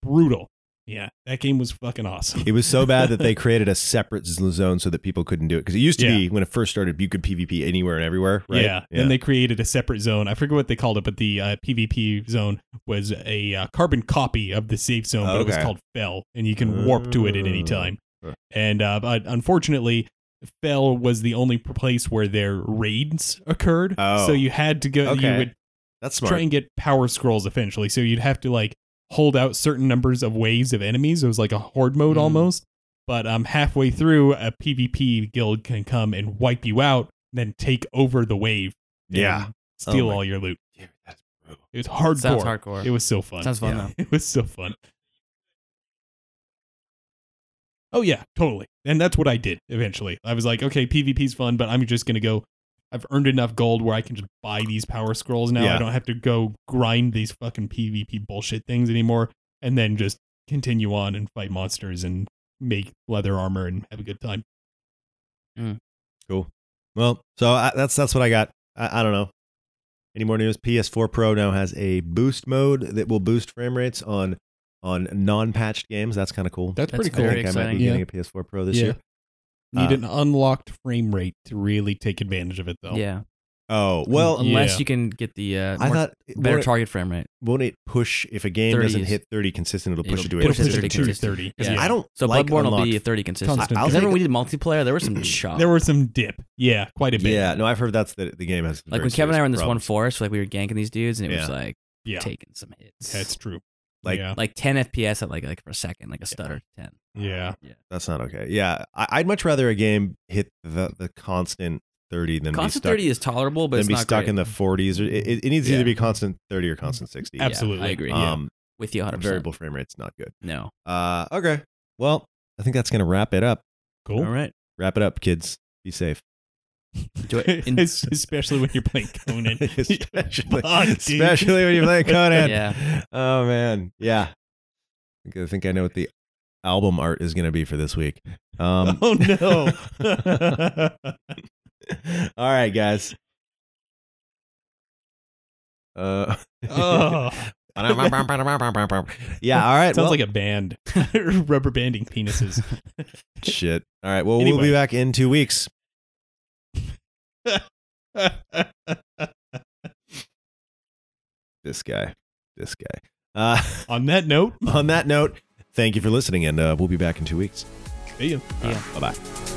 Speaker 2: Brutal. Yeah, that game was fucking awesome.
Speaker 1: It was so bad that they created a separate z- zone so that people couldn't do it. Because it used to
Speaker 2: Yeah.
Speaker 1: be when it first started, you could PvP anywhere and everywhere, right?
Speaker 2: Yeah. Then they created a separate zone. I forget what they called it, but the uh, PvP zone was a uh, carbon copy of the safe zone, but it was
Speaker 1: Okay.
Speaker 2: called Fell, and you can warp to it at any
Speaker 1: Oh.
Speaker 2: time.
Speaker 1: Huh.
Speaker 2: And uh, but unfortunately, Fell was the only place where their raids occurred.
Speaker 1: Oh.
Speaker 2: So you had to go.
Speaker 1: Okay.
Speaker 2: You would
Speaker 1: That's smart.
Speaker 2: try and get power scrolls eventually. So you'd have to like hold out certain numbers of waves of enemies. It was like a horde mode
Speaker 1: Hmm.
Speaker 4: Mhm.
Speaker 2: almost. But um, halfway through, a PvP guild can come and wipe you out, then take over the wave. and
Speaker 1: Yeah.
Speaker 2: steal
Speaker 1: Oh my-
Speaker 2: all your loot.
Speaker 1: Dude, that's brutal.
Speaker 2: It was hardcore.
Speaker 3: Sounds hardcore.
Speaker 2: It was so fun.
Speaker 3: Sounds fun
Speaker 1: Yeah.
Speaker 2: it was so fun. Oh yeah, totally. And that's what I did eventually. I was like, okay, PvP's fun, but I'm just gonna go. I've earned enough gold where I can just buy these power scrolls now.
Speaker 1: Yeah.
Speaker 2: I don't have to go grind these fucking PvP bullshit things anymore. And then just continue on and fight monsters and make leather armor and have a good time.
Speaker 1: Well, so I, that's that's what I got. I, I don't know. Any more news? PS4 Pro now has a boost mode that will boost frame rates on on non-patched games. That's kind of cool.
Speaker 2: That's,
Speaker 3: That's
Speaker 2: pretty
Speaker 1: I
Speaker 2: cool.
Speaker 3: very
Speaker 1: think I might
Speaker 3: exciting.
Speaker 1: be getting a PS4 Pro this
Speaker 2: Yeah.
Speaker 1: year.
Speaker 2: Need
Speaker 1: Uh,
Speaker 2: an unlocked frame rate to really take advantage of it, though.
Speaker 3: Yeah.
Speaker 1: Oh well,
Speaker 2: Um,
Speaker 3: unless
Speaker 2: yeah.
Speaker 3: you can get the uh,
Speaker 1: I
Speaker 3: more-
Speaker 1: thought
Speaker 3: better
Speaker 1: won't it-
Speaker 3: target frame rate.
Speaker 1: won't it push if a game doesn't
Speaker 3: 30s.
Speaker 1: hit thirty consistent? It'll push it to
Speaker 2: It'll
Speaker 3: Which is
Speaker 2: push it to
Speaker 3: ridiculous.
Speaker 2: 30.
Speaker 3: Yeah.
Speaker 1: I don't
Speaker 3: So
Speaker 1: like
Speaker 3: Bloodborne will be
Speaker 1: unlocked-
Speaker 3: 30 consistent.
Speaker 2: Constant.
Speaker 1: I'll
Speaker 3: Because
Speaker 1: take-
Speaker 3: when we did multiplayer, there was some chop.
Speaker 2: There were some dip. Yeah, quite a bit.
Speaker 1: Yeah, no, I've heard that's the the game has
Speaker 3: like
Speaker 1: very
Speaker 3: when Kevin and I
Speaker 1: serious
Speaker 3: were in this one
Speaker 1: problems.
Speaker 3: forest, like we were ganking these dudes, and it was
Speaker 1: Yeah.
Speaker 3: like
Speaker 2: Yeah.
Speaker 3: taking some hits.
Speaker 2: That's true.
Speaker 1: Like-
Speaker 2: yeah.
Speaker 3: like 10 FPS at like like for a second, like a stutter 10.
Speaker 2: yeah.
Speaker 1: That's not okay. Yeah, I, I'd much rather a game hit the the constant thirty than be
Speaker 3: Constant
Speaker 1: stuck
Speaker 3: 30 is tolerable, but
Speaker 1: than
Speaker 3: it's
Speaker 1: be
Speaker 3: not
Speaker 1: stuck
Speaker 3: great.
Speaker 1: in the forties. Or it, it- it needs to
Speaker 3: Yeah.
Speaker 1: either be constant thirty or constant sixty.
Speaker 3: Yeah,
Speaker 2: Absolutely.
Speaker 3: I agree.
Speaker 1: Um,
Speaker 3: with you 100%.
Speaker 1: variable frame rate's not good.
Speaker 3: No.
Speaker 1: Uh, okay. Well, I think that's gonna wrap it up.
Speaker 2: Cool.
Speaker 3: All right.
Speaker 1: Wrap it up, kids. Be safe.
Speaker 3: Do it in-
Speaker 2: Es- especially when you're playing Conan.
Speaker 1: especially,
Speaker 2: Fuck, dude.
Speaker 1: especially when you play Conan.
Speaker 3: Yeah.
Speaker 1: Oh man. Yeah. I think- I think I know what the album art is gonna be for this week. Um,
Speaker 2: oh no.
Speaker 1: All right, guys. Uh,
Speaker 2: oh,
Speaker 1: yeah. All right.
Speaker 2: sounds
Speaker 1: well,
Speaker 2: like a band. Rubber banding penises.
Speaker 1: shit. All right. Well, we'll
Speaker 2: Anyway.
Speaker 1: be back in two weeks. This guy. This guy. Uh,
Speaker 2: On that note,
Speaker 1: on that note, thank you for listening, and uh, we'll be back in two weeks.
Speaker 2: see ya.
Speaker 3: Yeah.
Speaker 1: Bye bye.